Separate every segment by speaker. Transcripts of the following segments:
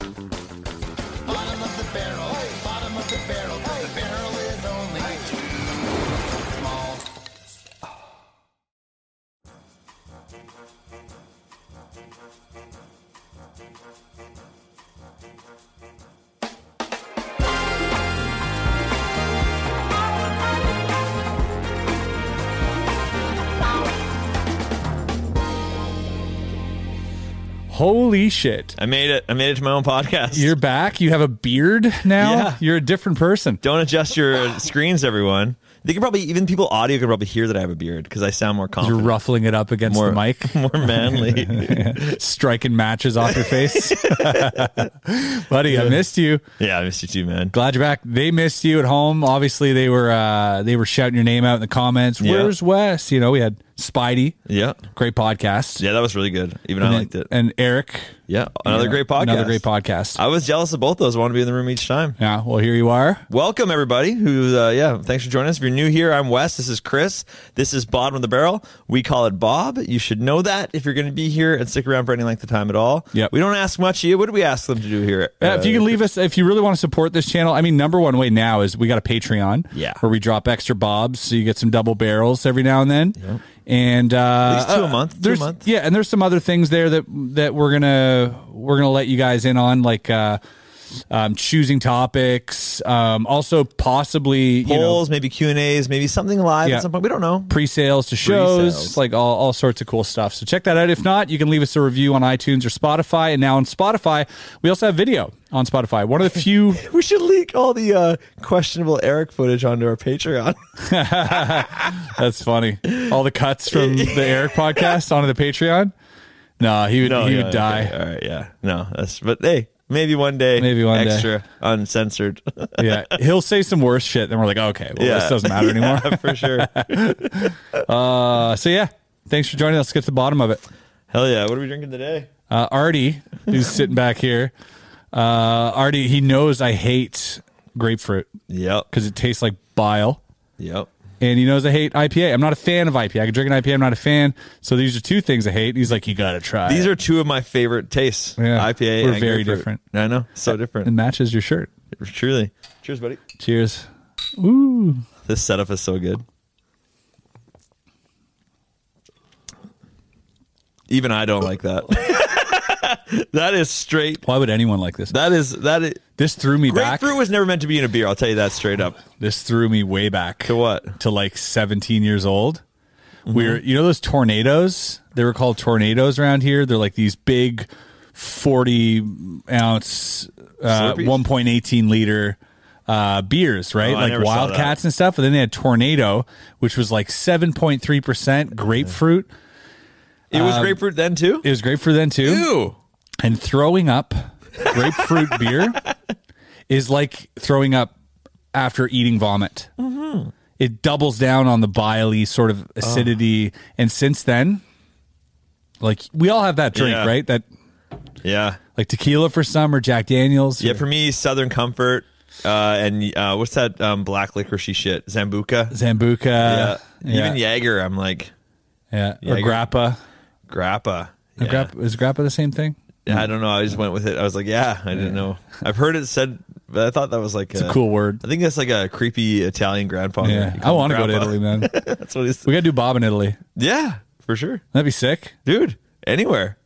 Speaker 1: Bottom of the barrel, bottom of the barrel, the barrel is only small.
Speaker 2: Holy shit.
Speaker 3: I made it. I made it to my own podcast.
Speaker 2: You're back. You have a beard now.
Speaker 3: Yeah.
Speaker 2: You're a different person.
Speaker 3: Don't adjust your screens, everyone. They can probably even people audio can probably hear that I have a beard because I sound more
Speaker 2: You're
Speaker 3: confident,
Speaker 2: ruffling it up against
Speaker 3: more
Speaker 2: the mic,
Speaker 3: more manly.
Speaker 2: striking matches off your face. Buddy, I missed you.
Speaker 3: yeah, I missed you too, man.
Speaker 2: Glad you're back. They missed you at home. Obviously, they were uh, they were shouting your name out in the comments.
Speaker 3: Yeah.
Speaker 2: Where's Wes? You know, we had Spidey,
Speaker 3: Yeah,
Speaker 2: great podcast.
Speaker 3: yeah, that was really good. Even
Speaker 2: and then-
Speaker 3: I liked it.
Speaker 2: And Eric,
Speaker 3: yeah, another
Speaker 2: you know,
Speaker 3: great podcast.
Speaker 2: Another great podcast.
Speaker 3: I was jealous of both those. I wanted to be in the room each time.
Speaker 2: yeah. Well, here you are.
Speaker 3: Welcome everybody. Who, uh, yeah, thanks for joining us. If you're new here, I'm Wes. This is Chris. This is Bottom of the Barrel. We call it Bob. You should know that if you're going to be here and stick around for any length of time at all.
Speaker 2: Yep.
Speaker 3: We don't ask much of you. What do we ask them to do here?
Speaker 2: Uh, if you can leave us, if you really want to support this channel, I mean, number one way now is we got a Patreon,
Speaker 3: Yeah.
Speaker 2: where we drop extra bobs, so you get some double barrels every now and then, and uh,
Speaker 3: least two a
Speaker 2: uh,
Speaker 3: month, two a
Speaker 2: There's,
Speaker 3: month.
Speaker 2: yeah, and there's some other things there that that we're gonna we're gonna let you guys in on, like uh, um, choosing topics, um, also possibly you know
Speaker 3: polls, maybe Q and A's, maybe something live
Speaker 2: Yeah.
Speaker 3: at some point. We don't know.
Speaker 2: pre-sales to shows,
Speaker 3: Pre-sales.
Speaker 2: like all, all sorts of cool stuff. So check that out. If not, you can leave us a review on iTunes or Spotify. And now on Spotify, we also have video on Spotify. One of the few.
Speaker 3: We should leak all the uh, questionable Eric footage onto our Patreon.
Speaker 2: That's funny. All the cuts from the Eric podcast onto the Patreon. Nah, he would he
Speaker 3: yeah,
Speaker 2: would
Speaker 3: okay,
Speaker 2: die.
Speaker 3: All right, yeah, no, that's but hey, maybe one day,
Speaker 2: Maybe one day.
Speaker 3: extra uncensored.
Speaker 2: Yeah, he'll say some worse shit. Then we're like, okay, well, this doesn't matter anymore.
Speaker 3: Yeah, for sure.
Speaker 2: Uh, so yeah, thanks for joining. us. Let's get to the bottom of it.
Speaker 3: Hell yeah! What are we drinking today?
Speaker 2: Uh, Artie, who's sitting back here, uh, Artie, he knows I hate grapefruit
Speaker 3: Yep,
Speaker 2: because it tastes like bile.
Speaker 3: yep.
Speaker 2: and he knows I hate IPA. I'm not a fan of IPA. I can drink an IPA. I'm not a fan. So these are two things I hate. He's like, you gotta try.
Speaker 3: These
Speaker 2: it."
Speaker 3: are two of my favorite tastes.
Speaker 2: Yeah.
Speaker 3: IPA.
Speaker 2: We're
Speaker 3: and
Speaker 2: very
Speaker 3: grapefruit.
Speaker 2: different.
Speaker 3: I know, so
Speaker 2: it
Speaker 3: different.
Speaker 2: matches your shirt.
Speaker 3: Truly. Cheers, buddy.
Speaker 2: Cheers. Ooh,
Speaker 3: This setup is so good. Even I don't like that. that is straight.
Speaker 2: why would anyone like this?
Speaker 3: That is that is
Speaker 2: This threw me back.
Speaker 3: grapefruit was never meant to be in a beer. I'll tell you that straight up.
Speaker 2: This threw me way back
Speaker 3: To what? Mm-hmm.
Speaker 2: to like 17 years old. We were, you know, those tornadoes. They were called tornadoes around here. They're like these big, 40 ounce, uh,
Speaker 3: Slurpees?
Speaker 2: 1.18 liter. Uh, beers, right?
Speaker 3: Oh, I
Speaker 2: like
Speaker 3: never saw
Speaker 2: Wildcats and stuff. And then they had Tornado, which was like 7.3% grapefruit.
Speaker 3: It was grapefruit then too.
Speaker 2: uh, It was grapefruit then too.
Speaker 3: Ew.
Speaker 2: And throwing up grapefruit beer is like throwing up after eating vomit.
Speaker 3: Mm-hmm.
Speaker 2: It doubles down on the biley sort of acidity. And since then, like we all have that drink,
Speaker 3: Yeah.
Speaker 2: right? That
Speaker 3: Yeah,
Speaker 2: like tequila for some or Jack Daniels.
Speaker 3: yeah.
Speaker 2: or
Speaker 3: For me, Southern Comfort uh, and uh, what's that um, black licoricey shit? Zambuca.
Speaker 2: Zambuca.
Speaker 3: yeah.
Speaker 2: Yeah.
Speaker 3: Even Jaeger. Uh, I'm like
Speaker 2: yeah. Or
Speaker 3: Jaeger.
Speaker 2: grappa.
Speaker 3: grappa.
Speaker 2: Is grappa, is grappa the same thing?
Speaker 3: Yeah, I don't know. I just went with it. I was like, yeah, I didn't know. I've heard it said, but I thought that was like
Speaker 2: It's a cool word.
Speaker 3: I think that's like a creepy Italian grandfather.
Speaker 2: Yeah,
Speaker 3: Oh,
Speaker 2: I
Speaker 3: You call
Speaker 2: want to
Speaker 3: him
Speaker 2: go to
Speaker 3: grandpa.
Speaker 2: Italy, man.
Speaker 3: that's what he's.
Speaker 2: we gotta do Bob in Italy.
Speaker 3: Yeah, for sure,
Speaker 2: That'd be sick.
Speaker 3: dude. Anywhere,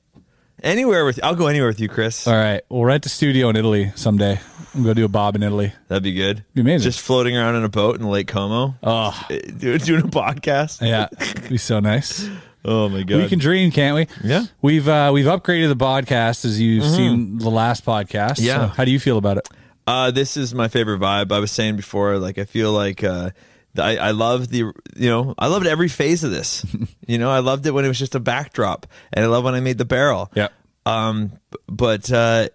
Speaker 3: anywhere with. I'll go anywhere with you, Chris.
Speaker 2: All right, we'll rent a studio in Italy someday and go do a Bob in Italy.
Speaker 3: That'd be good.
Speaker 2: Be amazing.
Speaker 3: Just floating around in a boat in Lake Como.
Speaker 2: Oh.
Speaker 3: doing, doing a podcast.
Speaker 2: Yeah, it'd be so nice.
Speaker 3: Oh my god.
Speaker 2: We can dream, can't we?
Speaker 3: Yeah. Mm-hmm.
Speaker 2: We've uh, we've upgraded the podcast as you've seen the last podcast. so
Speaker 3: Yeah.
Speaker 2: how do you feel about it?
Speaker 3: Uh, this is my favorite vibe. I was saying before, like I feel like uh, th- I, I love the you know I loved every phase of this. you know, I loved it when it was just a backdrop, and I love when I made the barrel.
Speaker 2: Yeah.
Speaker 3: Um, b- but uh,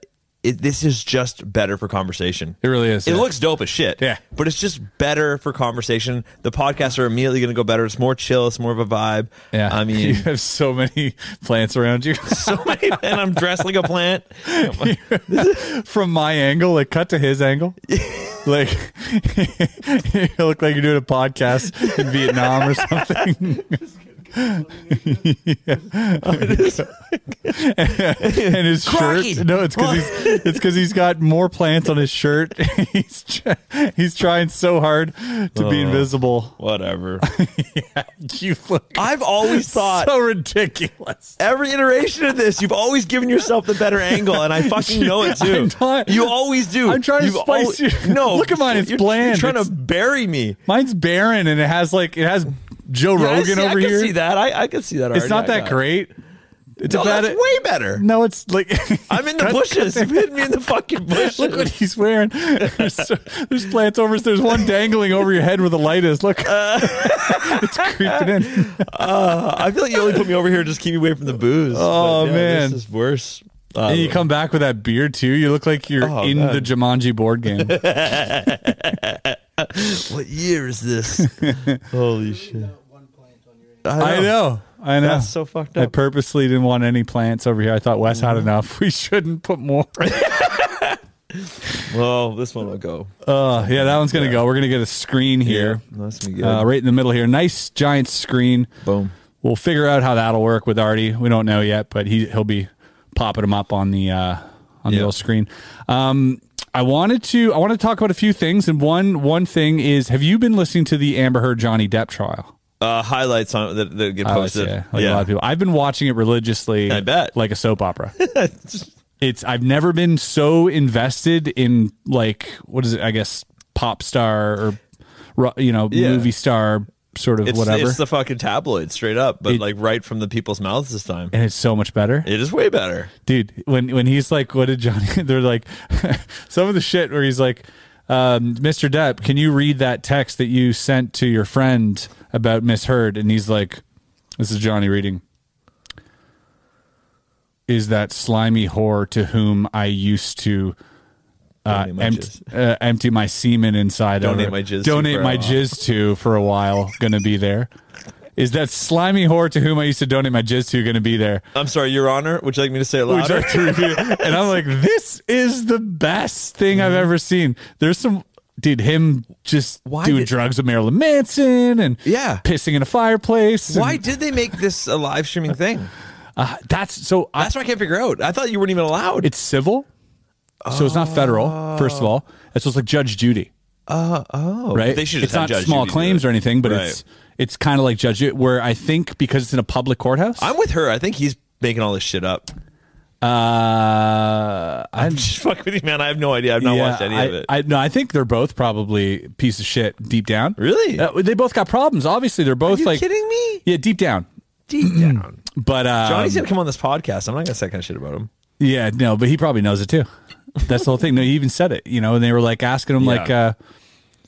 Speaker 3: it, this is just better for conversation.
Speaker 2: It really is.
Speaker 3: It
Speaker 2: yeah.
Speaker 3: looks dope as shit.
Speaker 2: Yeah.
Speaker 3: But it's just better for conversation. The podcasts are immediately going to go better. It's more chill. It's more of a vibe.
Speaker 2: Yeah.
Speaker 3: I
Speaker 2: you
Speaker 3: mean,
Speaker 2: have so many plants around you.
Speaker 3: so many, and I'm dressed like a plant.
Speaker 2: From my angle, like cut to his angle. like you look like you're doing a podcast in Vietnam or something. and his
Speaker 3: Crikey.
Speaker 2: shirt. No, it's because he's it's because he's got more plants on his shirt. he's try, he's trying so hard to be
Speaker 3: Oh.
Speaker 2: invisible.
Speaker 3: Whatever.
Speaker 2: You look
Speaker 3: I've always thought
Speaker 2: so ridiculous.
Speaker 3: every iteration of this, you've always given yourself the better angle, and I fucking know it too.
Speaker 2: I'm not-
Speaker 3: you always do.
Speaker 2: I'm trying to
Speaker 3: You've
Speaker 2: spice
Speaker 3: alwa-
Speaker 2: you-
Speaker 3: No,
Speaker 2: Look at mine, it's
Speaker 3: you're,
Speaker 2: bland.
Speaker 3: You're trying
Speaker 2: It's-
Speaker 3: to bury me.
Speaker 2: Mine's barren, and it has like it has Joe
Speaker 3: Yeah, I,
Speaker 2: Rogan
Speaker 3: see, I
Speaker 2: over
Speaker 3: can
Speaker 2: here.
Speaker 3: see that. I, I can see that.
Speaker 2: It's not
Speaker 3: already. I
Speaker 2: that
Speaker 3: got it.
Speaker 2: great. It's
Speaker 3: No,
Speaker 2: about
Speaker 3: that's
Speaker 2: it.
Speaker 3: way better.
Speaker 2: No, it's like
Speaker 3: I'm in the bushes. You've hidden me in the fucking bushes.
Speaker 2: Look what he's wearing. There's, so- there's plants over. There's one dangling over your head where the light is. Look, it's creeping in.
Speaker 3: Uh, I feel like you only put me over here just to keep me away from the booze.
Speaker 2: Oh,
Speaker 3: But, yeah,
Speaker 2: man.
Speaker 3: this is worse. Uh,
Speaker 2: And you come back with that beard too. You look like you're
Speaker 3: Oh,
Speaker 2: in
Speaker 3: man.
Speaker 2: the Jumanji board game.
Speaker 3: what year is this? Holy shit! I know.
Speaker 2: I know. I know.
Speaker 3: That's so fucked
Speaker 2: I
Speaker 3: up.
Speaker 2: purposely didn't want any plants over here. I thought Wes had enough. We shouldn't put more.
Speaker 3: well, this one will go.
Speaker 2: Uh, yeah, that one's gonna go. We're gonna get a screen here,
Speaker 3: Yeah, that's gonna be good.
Speaker 2: uh, right in the middle here. Nice giant screen.
Speaker 3: Boom.
Speaker 2: We'll figure out how that'll work with Artie. We don't know yet, but he he'll be popping them up on the uh, on the
Speaker 3: Yeah.
Speaker 2: little screen. Um, I wanted to I want to talk about a few things, and one one thing is: Have you been listening to the Amber Heard Johnny Depp trial?
Speaker 3: Uh, highlights on that, that get
Speaker 2: Highlights,
Speaker 3: posted.
Speaker 2: yeah, like a lot of people. I've been watching it religiously.
Speaker 3: I bet.
Speaker 2: like a soap opera. it's I've never been so invested in like what is it? I guess pop star or ro- you know
Speaker 3: Yeah.
Speaker 2: movie star sort of
Speaker 3: It's,
Speaker 2: whatever,
Speaker 3: it's the fucking tabloid, straight up, but
Speaker 2: It-
Speaker 3: like right from the people's mouths this time.
Speaker 2: and it's so much better.
Speaker 3: It is way better.
Speaker 2: dude when when he's like what did johnny they're like some of the shit where he's like um, mr depp can you read that text that you sent to your friend about miss heard and he's like this is johnny reading is that slimy whore to whom i used to uh,
Speaker 3: Donate my
Speaker 2: empt- uh, empty my semen inside
Speaker 3: Donate
Speaker 2: of her.
Speaker 3: my jizz to
Speaker 2: donate
Speaker 3: for a
Speaker 2: my
Speaker 3: while.
Speaker 2: jizz to for a while gonna be there is that slimy whore to whom i used to donate my jizz to gonna be there
Speaker 3: I'm sorry, Your Honor. Would you like me to say it louder?
Speaker 2: would you like to review? and I'm like, this is the best thing
Speaker 3: Mm-hmm.
Speaker 2: I've ever seen. There's some dude, him just
Speaker 3: Why
Speaker 2: doing
Speaker 3: did-
Speaker 2: drugs with Marilyn Manson and
Speaker 3: Yeah.
Speaker 2: pissing in a fireplace. and-
Speaker 3: Why did they make this a live streaming thing?
Speaker 2: uh, that's so I,
Speaker 3: That's what I can't figure out. I thought you weren't even allowed.
Speaker 2: it's civil, so it's not federal. First of all, it's just like Judge Judy,
Speaker 3: oh,
Speaker 2: right?
Speaker 3: They should.
Speaker 2: it's not small claims or anything, but
Speaker 3: Right.
Speaker 2: it's it's kind of like Judge Judy, where I think because it's in a public courthouse.
Speaker 3: I'm with her. I think he's making all this shit up.
Speaker 2: uh,
Speaker 3: I'm
Speaker 2: I'm
Speaker 3: just fucking with you, man. I have no idea. I've not watched any
Speaker 2: I,
Speaker 3: of it.
Speaker 2: I no, I think they're both probably piece of shit deep down.
Speaker 3: Really?
Speaker 2: Uh, they both got problems. Obviously, they're both
Speaker 3: you
Speaker 2: like
Speaker 3: kidding me?
Speaker 2: Yeah, deep down.
Speaker 3: Deep down,
Speaker 2: But um,
Speaker 3: Johnny's gonna come on this podcast. I'm not gonna say that kind of shit about him.
Speaker 2: yeah, no, but he probably knows it too. That's the whole thing. No, he even said it. You know, and they were like asking him like,
Speaker 3: Yeah.
Speaker 2: uh,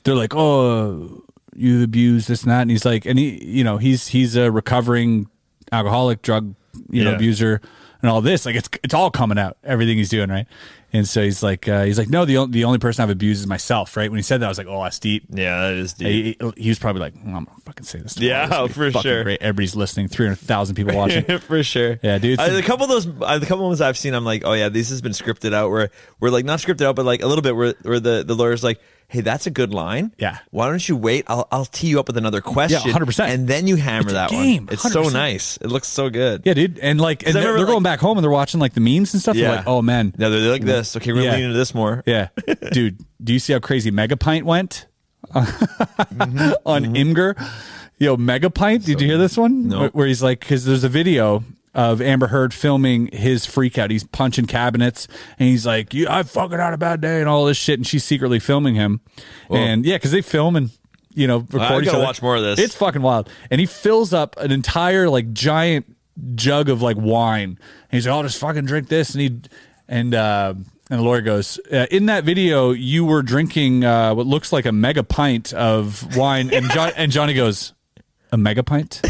Speaker 2: they're like, oh, you abuse this and that, and he's like, and he, you know, he's he's a recovering alcoholic, drug, you know,
Speaker 3: Yeah.
Speaker 2: abuser, and all this. Like it's it's all coming out. Everything he's doing, right? And so he's like, uh, he's like, no, the only the only person I've abused is myself, right? When he said that, I was like, oh, that's deep.
Speaker 3: Yeah, that is deep.
Speaker 2: He, he was probably like, "Mm, I'm gonna fucking say this. tomorrow.
Speaker 3: Yeah,
Speaker 2: This is gonna be
Speaker 3: for
Speaker 2: fucking
Speaker 3: sure.
Speaker 2: Great. Everybody's listening. Three hundred thousand people watching.
Speaker 3: for sure.
Speaker 2: Yeah, dude, it's-
Speaker 3: I, a couple of those, uh, the couple ones I've seen, I'm like, oh yeah, this has been scripted out. Where we're like not scripted out, but like a little bit. Where where the the lawyer's like, hey, that's a good line.
Speaker 2: Yeah.
Speaker 3: Why don't you wait? I'll, I'll tee you up with another question.
Speaker 2: 100%.
Speaker 3: And then you hammer
Speaker 2: It's a
Speaker 3: that
Speaker 2: game,
Speaker 3: one. It's so
Speaker 2: 100%.
Speaker 3: nice. It looks so good.
Speaker 2: Yeah, dude. And like, and
Speaker 3: I
Speaker 2: they're,
Speaker 3: remember,
Speaker 2: they're going back home and they're watching like the memes and stuff. They're like, oh man.
Speaker 3: No, they're like this. Okay, we're
Speaker 2: Yeah.
Speaker 3: gonna lean into this more.
Speaker 2: Yeah. Dude, do you see how crazy Megapint went on
Speaker 3: Mm-hmm.
Speaker 2: Imgur? Yo, Megapint, did you hear this one?
Speaker 3: No.
Speaker 2: Where, where he's like, because there's a video of Amber Heard filming his freak out. He's punching cabinets and he's like, you, I fucking had a bad day and all this shit. And she's secretly filming him. And yeah, because they film and, you know, record
Speaker 3: I
Speaker 2: each
Speaker 3: gotta
Speaker 2: other.
Speaker 3: watch more of this.
Speaker 2: It's fucking wild. And he fills up an entire like giant jug of like wine. And he's like, "I'll just fucking drink this." And he and uh, and the lawyer goes, uh, "In that video, you were drinking uh, what looks like a mega pint of wine." And John and Johnny goes, "A mega pint."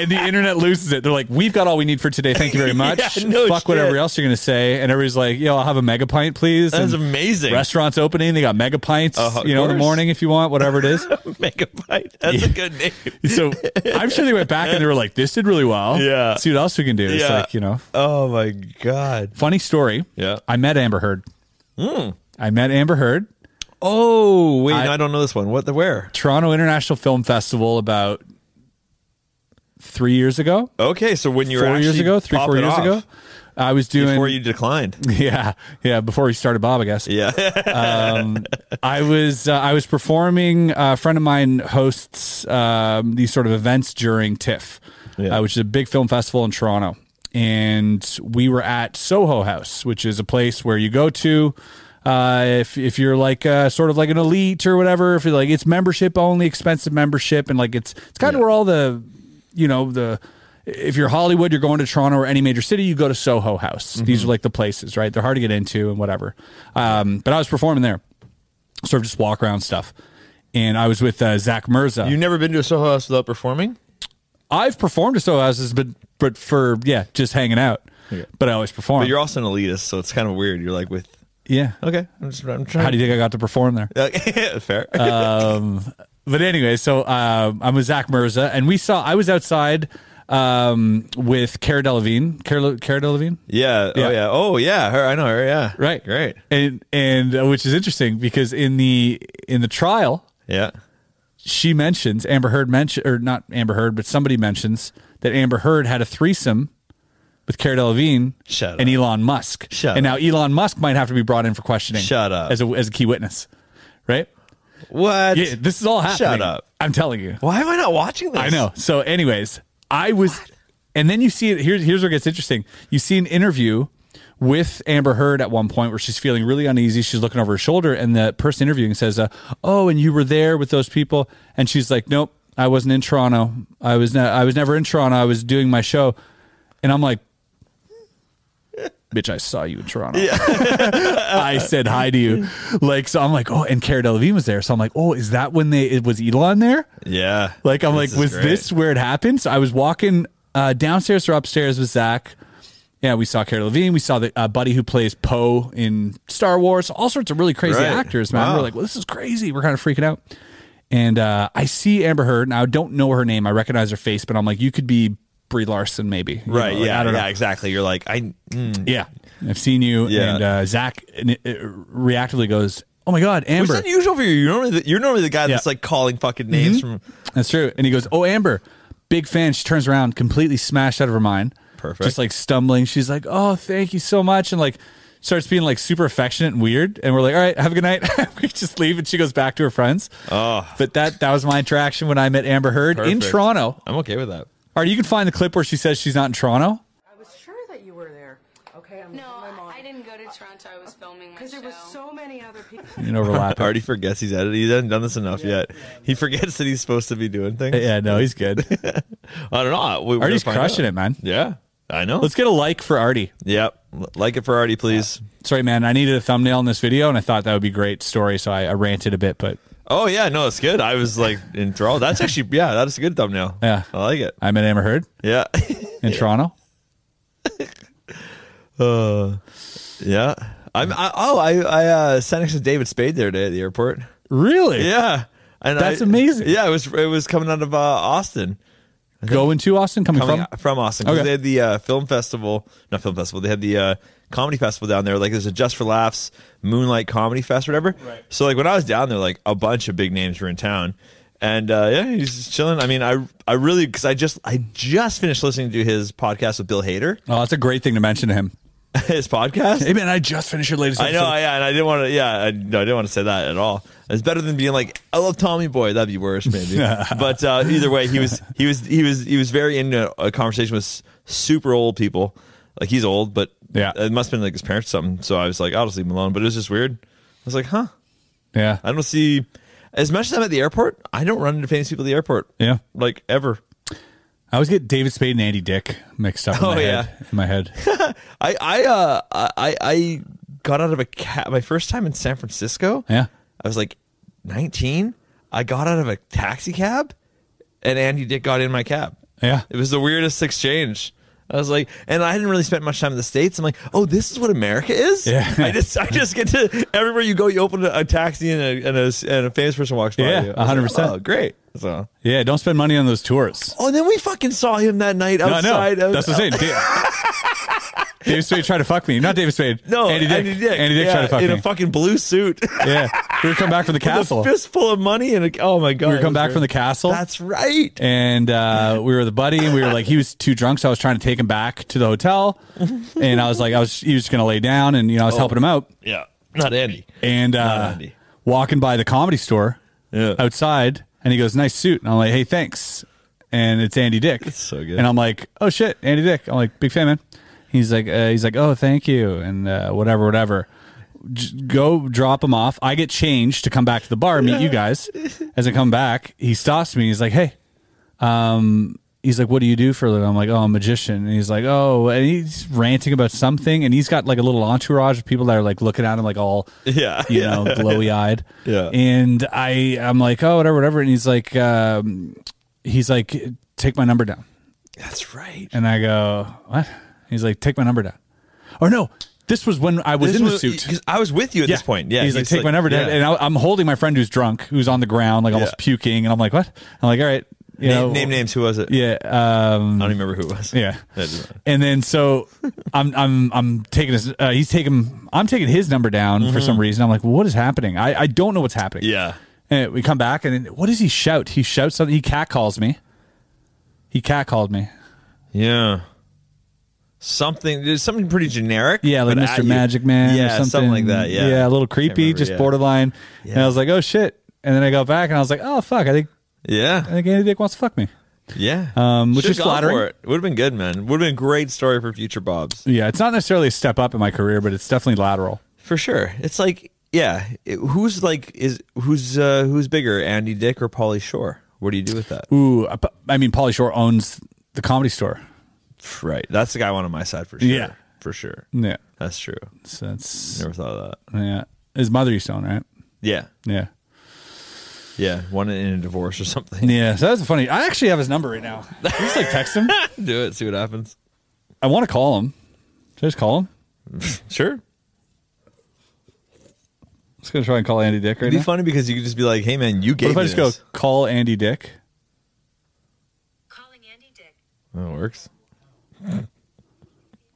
Speaker 2: And the internet loses it. They're like, "We've got all we need for today. Thank you very much.
Speaker 3: Yeah, no
Speaker 2: Fuck whatever
Speaker 3: shit.
Speaker 2: else you're gonna say." And everybody's like, "Yo, I'll have a mega pint, please."
Speaker 3: That's
Speaker 2: And
Speaker 3: amazing.
Speaker 2: Restaurants opening. They got mega pints.
Speaker 3: Uh, of
Speaker 2: you know, in the
Speaker 3: course.
Speaker 2: morning if you want, whatever it is.
Speaker 3: Megabyte. That's a good name.
Speaker 2: So I'm sure they went back and they were like, "This did really well.
Speaker 3: Yeah.
Speaker 2: see what else we can do." It's
Speaker 3: Yeah.
Speaker 2: like you know,
Speaker 3: Oh my god.
Speaker 2: funny story.
Speaker 3: Yeah. Hmm.
Speaker 2: I met Amber Heard. I met Amber Heard
Speaker 3: Oh wait,
Speaker 2: I-
Speaker 3: no, I don't know this one. What the where?
Speaker 2: Toronto International Film Festival about three years ago,
Speaker 3: Okay, so when you were
Speaker 2: four years
Speaker 3: actually
Speaker 2: ago, three four
Speaker 3: popping
Speaker 2: years
Speaker 3: off
Speaker 2: ago. I was doing
Speaker 3: before you declined.
Speaker 2: yeah yeah before we started Bob I guess
Speaker 3: Yeah.
Speaker 2: um, I was uh, I was performing. uh, a friend of mine hosts um, these sort of events during TIFF,
Speaker 3: Yeah.
Speaker 2: uh, which is a big film festival in Toronto, and we were at Soho House, which is a place where you go to. Uh, if if you're like uh, sort of like an elite or whatever, if you're like it's membership only, expensive membership, and like it's it's kind of where all the you know the if you're Hollywood, you're going to Toronto or any major city, you go to Soho House. These are like the places, right? They're hard to get into and whatever. Um, but I was performing there, sort of just walk around stuff. And I was with uh, Zach Mirza.
Speaker 3: You've never been to a Soho House without performing?
Speaker 2: I've performed at Soho Houses, but but for yeah, just hanging out. But I always perform.
Speaker 3: But you're also an elitist, so it's kind of weird. You're like with
Speaker 2: yeah.
Speaker 3: okay. I'm just I'm trying.
Speaker 2: How do Uh, you think I got to perform there?
Speaker 3: Okay, fair.
Speaker 2: but anyway, so um, I'm with Zach Mirza, and we saw. I was outside um, with Cara Delevingne. Cara, Cara Delevingne.
Speaker 3: yeah,
Speaker 2: yeah.
Speaker 3: Oh yeah. Oh yeah. Her. I know her. Yeah.
Speaker 2: right
Speaker 3: Great.
Speaker 2: and and uh, which is interesting because in the in the trial
Speaker 3: Yeah.
Speaker 2: she mentions amber heard mention or not amber heard but somebody mentions that amber heard had a threesome with Cara Delevingne
Speaker 3: Shut
Speaker 2: and
Speaker 3: up.
Speaker 2: Elon Musk,
Speaker 3: Shut
Speaker 2: and now
Speaker 3: up.
Speaker 2: Elon Musk might have to be brought in for questioning.
Speaker 3: Shut up.
Speaker 2: as a as a key witness, right?
Speaker 3: What?
Speaker 2: Yeah, this is all happening.
Speaker 3: up.
Speaker 2: I'm telling you.
Speaker 3: Why am I not watching this?
Speaker 2: I know. So, anyways, I was, and then you see it. Here's here's where it gets interesting. You see an interview with Amber Heard at one point where she's feeling really uneasy. She's looking over her shoulder, and the person interviewing says, uh, "Oh, and you were there with those people?" And she's like, "Nope, I wasn't in Toronto. I was ne- I was never in Toronto. I was doing my show." And I'm like. Bitch, I saw you in Toronto. I said hi to you. Like, so I'm like, oh, and Cara Delevingne was there. So I'm like, oh, is that when they, it was Elon there?
Speaker 3: Yeah.
Speaker 2: Like I'm
Speaker 3: This
Speaker 2: like, was
Speaker 3: is
Speaker 2: this where it happened? So I was walking uh, downstairs or upstairs with Zach. Yeah, we saw Cara Levine. We saw the uh, buddy who plays Poe in Star Wars. All sorts of really crazy
Speaker 3: Right.
Speaker 2: actors, man. We're
Speaker 3: Wow.
Speaker 2: like, well, this is crazy. We're kind of freaking out. And uh, I see Amber Heard. Now I don't know her name. I recognize her face, but I'm like, you could be Brie Larson, maybe. You
Speaker 3: right?
Speaker 2: know, like,
Speaker 3: yeah.
Speaker 2: I don't
Speaker 3: yeah.
Speaker 2: know.
Speaker 3: Exactly. You're like I. Mm.
Speaker 2: Yeah, I've seen you.
Speaker 3: Yeah.
Speaker 2: And uh, Zach uh, reactively goes, "Oh my God,
Speaker 3: Which
Speaker 2: Amber."
Speaker 3: is unusual for you. You're normally the, you're normally the guy
Speaker 2: Yeah. Mm-hmm.
Speaker 3: that's like calling fucking names from.
Speaker 2: That's true. And he goes, Oh, Amber, big fan. She turns around, completely smashed out of her mind.
Speaker 3: Perfect.
Speaker 2: Just like stumbling. She's like, Oh, thank you so much. And like starts being like super affectionate and weird. And we're like, All right, have a good night. we just leave and she goes back to her friends.
Speaker 3: Oh.
Speaker 2: But that that was my interaction when I met Amber Heard in
Speaker 3: Perfect.
Speaker 2: Toronto.
Speaker 3: I'm okay with that.
Speaker 2: All right, you can find the clip where she says she's not in Toronto.
Speaker 4: I was sure that you were there. Okay, I'm
Speaker 5: No,
Speaker 4: with my mom.
Speaker 5: I didn't go to Toronto. I was filming my
Speaker 4: Because
Speaker 5: show.
Speaker 4: there was so many other people.
Speaker 2: You can overlap. it.
Speaker 3: Already forgets he's edited. He hasn't done this enough yet. He forgets that he's supposed to be doing things.
Speaker 2: yeah, no, he's good.
Speaker 3: I don't know. We,
Speaker 2: Artie's crushing it, man.
Speaker 3: Yeah, I know.
Speaker 2: Let's get a like for Artie.
Speaker 3: yep. Like it for Artie, please.
Speaker 2: Sorry, man. I needed a thumbnail in this video, and I thought that would be a great story, so I, I ranted a bit, but
Speaker 3: Oh yeah, no, it's good. I was like enthralled. That's actually yeah, that is a good thumbnail.
Speaker 2: Yeah.
Speaker 3: I like it.
Speaker 2: I met Amber Heard
Speaker 3: Yeah,
Speaker 2: in Toronto.
Speaker 3: uh, yeah. I'm I, oh I I uh, sat next to David Spade the other day at the airport.
Speaker 2: Really?
Speaker 3: Yeah, and
Speaker 2: That's
Speaker 3: I-
Speaker 2: amazing.
Speaker 3: Yeah, it was it was coming out of uh, Austin.
Speaker 2: Going to Austin? Coming,
Speaker 3: coming
Speaker 2: from?
Speaker 3: from Austin because
Speaker 2: Okay.
Speaker 3: they had the uh, film festival, not film festival. They had the uh, comedy festival down there. Like there's a Just for Laughs Moonlight Comedy Fest, or whatever. Right. So like when I was down there, like a bunch of big names were in town, and uh, yeah, he's just chilling. I mean, I I really because I just I just finished listening to his podcast with Bill Hader,
Speaker 2: Oh, that's a great thing to mention to him.
Speaker 3: his podcast.
Speaker 2: Hey, man, I just finished your latest
Speaker 3: I
Speaker 2: episode.
Speaker 3: know, yeah, and I didn't want to. Yeah, I, no, I didn't want to say that at all. It's better than being like, "I love Tommy Boy." That'd be worse, maybe. but uh, either way, he was, he was, he was, he was very into a conversation with s- super old people. Like he's old, but
Speaker 2: Yeah.
Speaker 3: it must have been like his parents or something. So I was like, "I'll just leave him alone." But it was just weird. I was like, "Huh."
Speaker 2: yeah.
Speaker 3: I don't see. As much as I'm at the airport, I don't run into famous people at the airport.
Speaker 2: Yeah.
Speaker 3: like ever.
Speaker 2: I always get David Spade and Andy Dick mixed up in,
Speaker 3: Oh,
Speaker 2: my,
Speaker 3: yeah.
Speaker 2: head, in my head.
Speaker 3: I I uh I I- I got out of a cab my first time in San Francisco.
Speaker 2: Yeah.
Speaker 3: I was like 19. I got out of a taxi cab and Andy Dick got in my cab.
Speaker 2: Yeah.
Speaker 3: It was the weirdest exchange. I was like, and I hadn't really spent much time in the states. I'm like, oh, this is what America is.
Speaker 2: Yeah.
Speaker 3: I just, I just get to everywhere you go, you open a, a taxi and a, and a and a famous person walks by.
Speaker 2: Yeah,
Speaker 3: you. I was like,
Speaker 2: 100%.
Speaker 3: Oh, great. So,
Speaker 2: Yeah, don't spend money on those tours.
Speaker 3: oh, and then we fucking saw him that night
Speaker 2: No, no,
Speaker 3: outside. of-
Speaker 2: that's what I'm saying. Da- David Spade tried to fuck me. Not David Spade.
Speaker 3: No,
Speaker 2: Andy Dick. Andy Dick
Speaker 3: yeah,
Speaker 2: tried to fuck
Speaker 3: in
Speaker 2: me.
Speaker 3: a fucking blue suit.
Speaker 2: yeah, we were coming back from the castle.
Speaker 3: With a fistful of money and a, oh my god,
Speaker 2: we were coming
Speaker 3: it was
Speaker 2: back from the
Speaker 3: great.
Speaker 2: castle.
Speaker 3: That's right.
Speaker 2: and uh, we were the buddy, and we were like, he was too drunk, so I was trying to take him back to the hotel, and I was like, I was he was just gonna lay down, and you know, I was
Speaker 3: Oh.
Speaker 2: helping him out,
Speaker 3: Yeah, not Andy.
Speaker 2: and
Speaker 3: Not
Speaker 2: uh,
Speaker 3: Andy.
Speaker 2: walking by the comedy store
Speaker 3: Yeah.
Speaker 2: outside, and he goes, "Nice suit," and I'm like, "Hey, thanks," and it's Andy Dick. It's
Speaker 3: so good.
Speaker 2: and I'm like, "Oh shit, Andy Dick!" I'm like, "Big fan, man." He's like, uh, he's like, "Oh, thank you," and uh, whatever, whatever. J- go drop him off. I get changed to come back to the bar, meet you guys. As I come back, he stops me. He's like, "Hey." um," he's like, "What do you do for a living?" I'm like, "Oh, I'm a magician." And he's like, "Oh," and he's ranting about something, and he's got like a little entourage of people that are like looking at him like all,
Speaker 3: Yeah.
Speaker 2: you know, glowy eyed.
Speaker 3: Yeah.
Speaker 2: And I, I'm like, "Oh, whatever, whatever," and he's like, um, he's like, "Take my number down,"
Speaker 3: That's right.
Speaker 2: and I go, "What?" He's like, "Take my number down," or no. This was when I was
Speaker 3: This
Speaker 2: in the
Speaker 3: was- e-,
Speaker 2: suit.
Speaker 3: Cause I was with you at this point. Yeah,
Speaker 2: He's, like, take my number down.
Speaker 3: yeah.
Speaker 2: And I, I'm holding my friend who's drunk, who's on the ground, like almost
Speaker 3: Yeah.
Speaker 2: puking. And I'm like, what? I'm like, all right. You know,
Speaker 3: name, name names. Who was it?
Speaker 2: Yeah. Um,
Speaker 3: I don't even remember who it was.
Speaker 2: yeah.
Speaker 3: That doesn't matter.
Speaker 2: And then so I'm I'm I'm taking his uh, he's taking I'm taking his number down
Speaker 3: Mm-hmm.
Speaker 2: for some reason. I'm like, what is happening? I, I don't know what's happening.
Speaker 3: Yeah.
Speaker 2: And we come back and then, what does he shout? He shouts something. He cat calls me. He cat called me.
Speaker 3: Yeah. Something, there's something pretty generic.
Speaker 2: Yeah, like
Speaker 3: but
Speaker 2: Mr.
Speaker 3: at you.
Speaker 2: Magic Man
Speaker 3: Yeah,
Speaker 2: or something.
Speaker 3: like that. Yeah,
Speaker 2: Yeah, a little
Speaker 3: Can't
Speaker 2: creepy,
Speaker 3: remember,
Speaker 2: just
Speaker 3: yeah.
Speaker 2: borderline. And I was like, oh shit. And then I got back and I was like, oh fuck, I think I
Speaker 3: Yeah,
Speaker 2: think Andy Dick wants to fuck me.
Speaker 3: yeah.
Speaker 2: Um, which
Speaker 3: Should've
Speaker 2: is
Speaker 3: gone
Speaker 2: flattering.
Speaker 3: for It would have been good, man. Would have been a great story for future Bobs.
Speaker 2: Yeah, it's not necessarily a step up in my career, but it's definitely lateral.
Speaker 3: For sure. It's like, yeah, it- who's like is who's uh who's bigger, Andy Dick or Polly Shore? What do you do with that?
Speaker 2: Ooh, I- I mean, Polly Shore owns the comedy store.
Speaker 3: Right. That's the guy one on my side for sure.
Speaker 2: Yeah.
Speaker 3: For sure.
Speaker 2: Yeah.
Speaker 3: That's true.
Speaker 2: So that's
Speaker 3: Never thought of that.
Speaker 2: yeah. His mother used to own, right?
Speaker 3: Yeah.
Speaker 2: Yeah.
Speaker 3: Yeah. One in a divorce or something.
Speaker 2: Yeah. So that's funny. I actually have his number right now. Can I just like text him.
Speaker 3: do it, see what happens.
Speaker 2: I want to call him. Should I just call him?
Speaker 3: Sure.
Speaker 2: I'm just gonna try and call Andy Dick right
Speaker 3: It'd be
Speaker 2: now.
Speaker 3: funny because you could just be like, hey man, you
Speaker 2: What
Speaker 3: gave
Speaker 2: if I
Speaker 3: me
Speaker 2: just
Speaker 3: this.
Speaker 2: go call Andy Dick?
Speaker 5: Calling Andy Dick.
Speaker 3: That works.
Speaker 2: What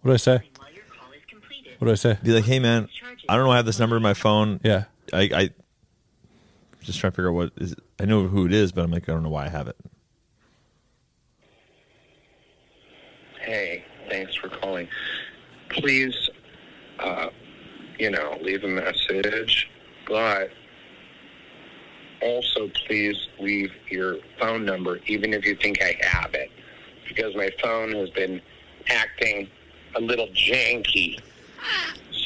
Speaker 2: do I say? What do I say?
Speaker 3: Be like, hey man, I don't know I have this number in my phone.
Speaker 2: Yeah.
Speaker 3: I I just trying to figure out what is I know who it is, but I'm like, I don't know why I have it.
Speaker 6: hey, thanks for calling. Please, uh, you know, leave a message, but also please leave your phone number, even if you think I have it, because my phone has been acting a little janky.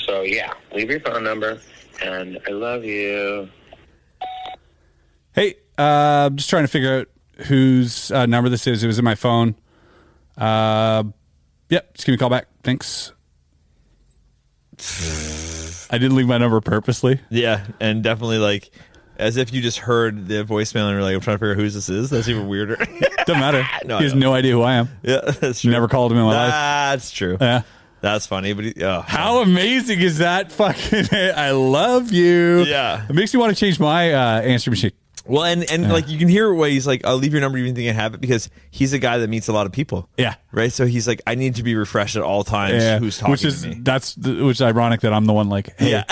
Speaker 6: So, yeah, leave your phone number, and I love you.
Speaker 2: Hey, uh, I'm just trying to figure out whose uh, number this is. It was in my phone. Uh, yep, just give me a call back. Thanks. I didn't leave my number purposely.
Speaker 3: Yeah, and definitely like as if you just heard the voicemail and you're like, I'm trying to figure out who this is. That's even weirder.
Speaker 2: Doesn't matter.
Speaker 3: No, I
Speaker 2: he has
Speaker 3: don't.
Speaker 2: no idea who I am.
Speaker 3: yeah, that's true.
Speaker 2: Never called him in my life.
Speaker 3: That's true.
Speaker 2: Yeah.
Speaker 3: That's funny, but he, oh,
Speaker 2: How amazing is that? Fucking, I love you.
Speaker 3: Yeah.
Speaker 2: It makes me want to change my uh, answer machine.
Speaker 3: Well, and and like you can hear why he's like, I'll leave your number even think I have it because he's a guy that meets a lot of people.
Speaker 2: Yeah.
Speaker 3: Right. So he's like, I need to be refreshed at all times.
Speaker 2: Yeah,
Speaker 3: Who's talking
Speaker 2: which is
Speaker 3: to me?
Speaker 2: that's the, which is ironic that I'm the one like hey,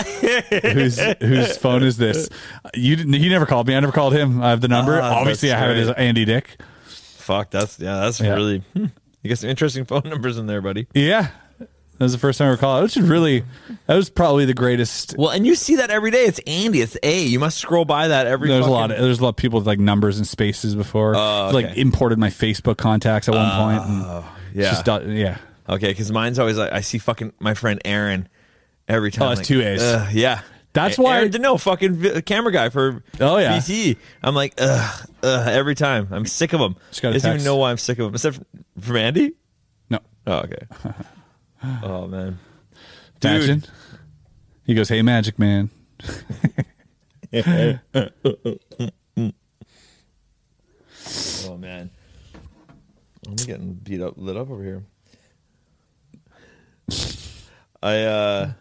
Speaker 2: whose whose phone is this? You didn't, he never called me. I never called him. I have the number.
Speaker 3: Ah,
Speaker 2: Obviously, I
Speaker 3: that's
Speaker 2: have it as
Speaker 3: right.
Speaker 2: Andy Dick.
Speaker 3: Fuck. That's yeah. That's
Speaker 2: Yeah.
Speaker 3: really. hmm. You got some interesting phone numbers in there, buddy.
Speaker 2: Yeah, that was the first time I ever called. Which is really that was probably the greatest.
Speaker 3: Well, and you see that every day. It's Andy. It's A. You must scroll by that every.
Speaker 2: There's a
Speaker 3: fucking-
Speaker 2: lot. Of, there's a lot of people with like numbers and spaces before.
Speaker 3: Oh,
Speaker 2: Like
Speaker 3: okay. Oh,
Speaker 2: imported my Facebook contacts at one point. and it's
Speaker 3: yeah.
Speaker 2: just done- yeah.
Speaker 3: Okay, because mine's always like I see fucking my friend Aaron every time.
Speaker 2: Oh, it's
Speaker 3: like,
Speaker 2: two A's.
Speaker 3: "Ugh," yeah,
Speaker 2: That's
Speaker 3: A-
Speaker 2: why-
Speaker 3: Aaron Deneau, fucking vi- camera guy for
Speaker 2: Oh, yeah.
Speaker 3: BT. I'm like, ugh, ugh, every time. I'm sick of him.
Speaker 2: Just
Speaker 3: I
Speaker 2: got a
Speaker 3: don't even
Speaker 2: text.
Speaker 3: know why I'm sick of him. Except f- from Andy.
Speaker 2: No.
Speaker 3: Oh, okay. oh man, Dude.
Speaker 2: Imagine. He goes, "Hey, Magic Man."
Speaker 3: oh man, I'm getting beat up, lit up over here. I uh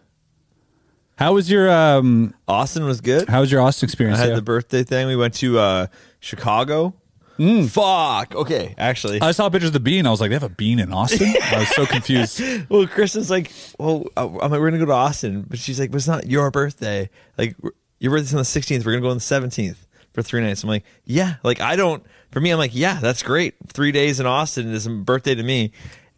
Speaker 2: How was your um?
Speaker 3: Austin was good.
Speaker 2: How was your Austin experience?
Speaker 3: I had
Speaker 2: Yeah.
Speaker 3: the birthday thing. We went to uh, Chicago.
Speaker 2: Mm.
Speaker 3: Fuck. Okay. Actually,
Speaker 2: I saw pictures of the bean. I was like, they have a bean in Austin. I was so confused.
Speaker 3: well, Kristen's like, well, uh, I'm like, we're gonna go to Austin, but she's like, but it's not your birthday. Like, we're- your birthday's on the 16th. We're gonna go on the 17th for three nights. I'm like, yeah. Like, I don't. For me, I'm like, yeah, that's great. Three days in Austin is a birthday to me.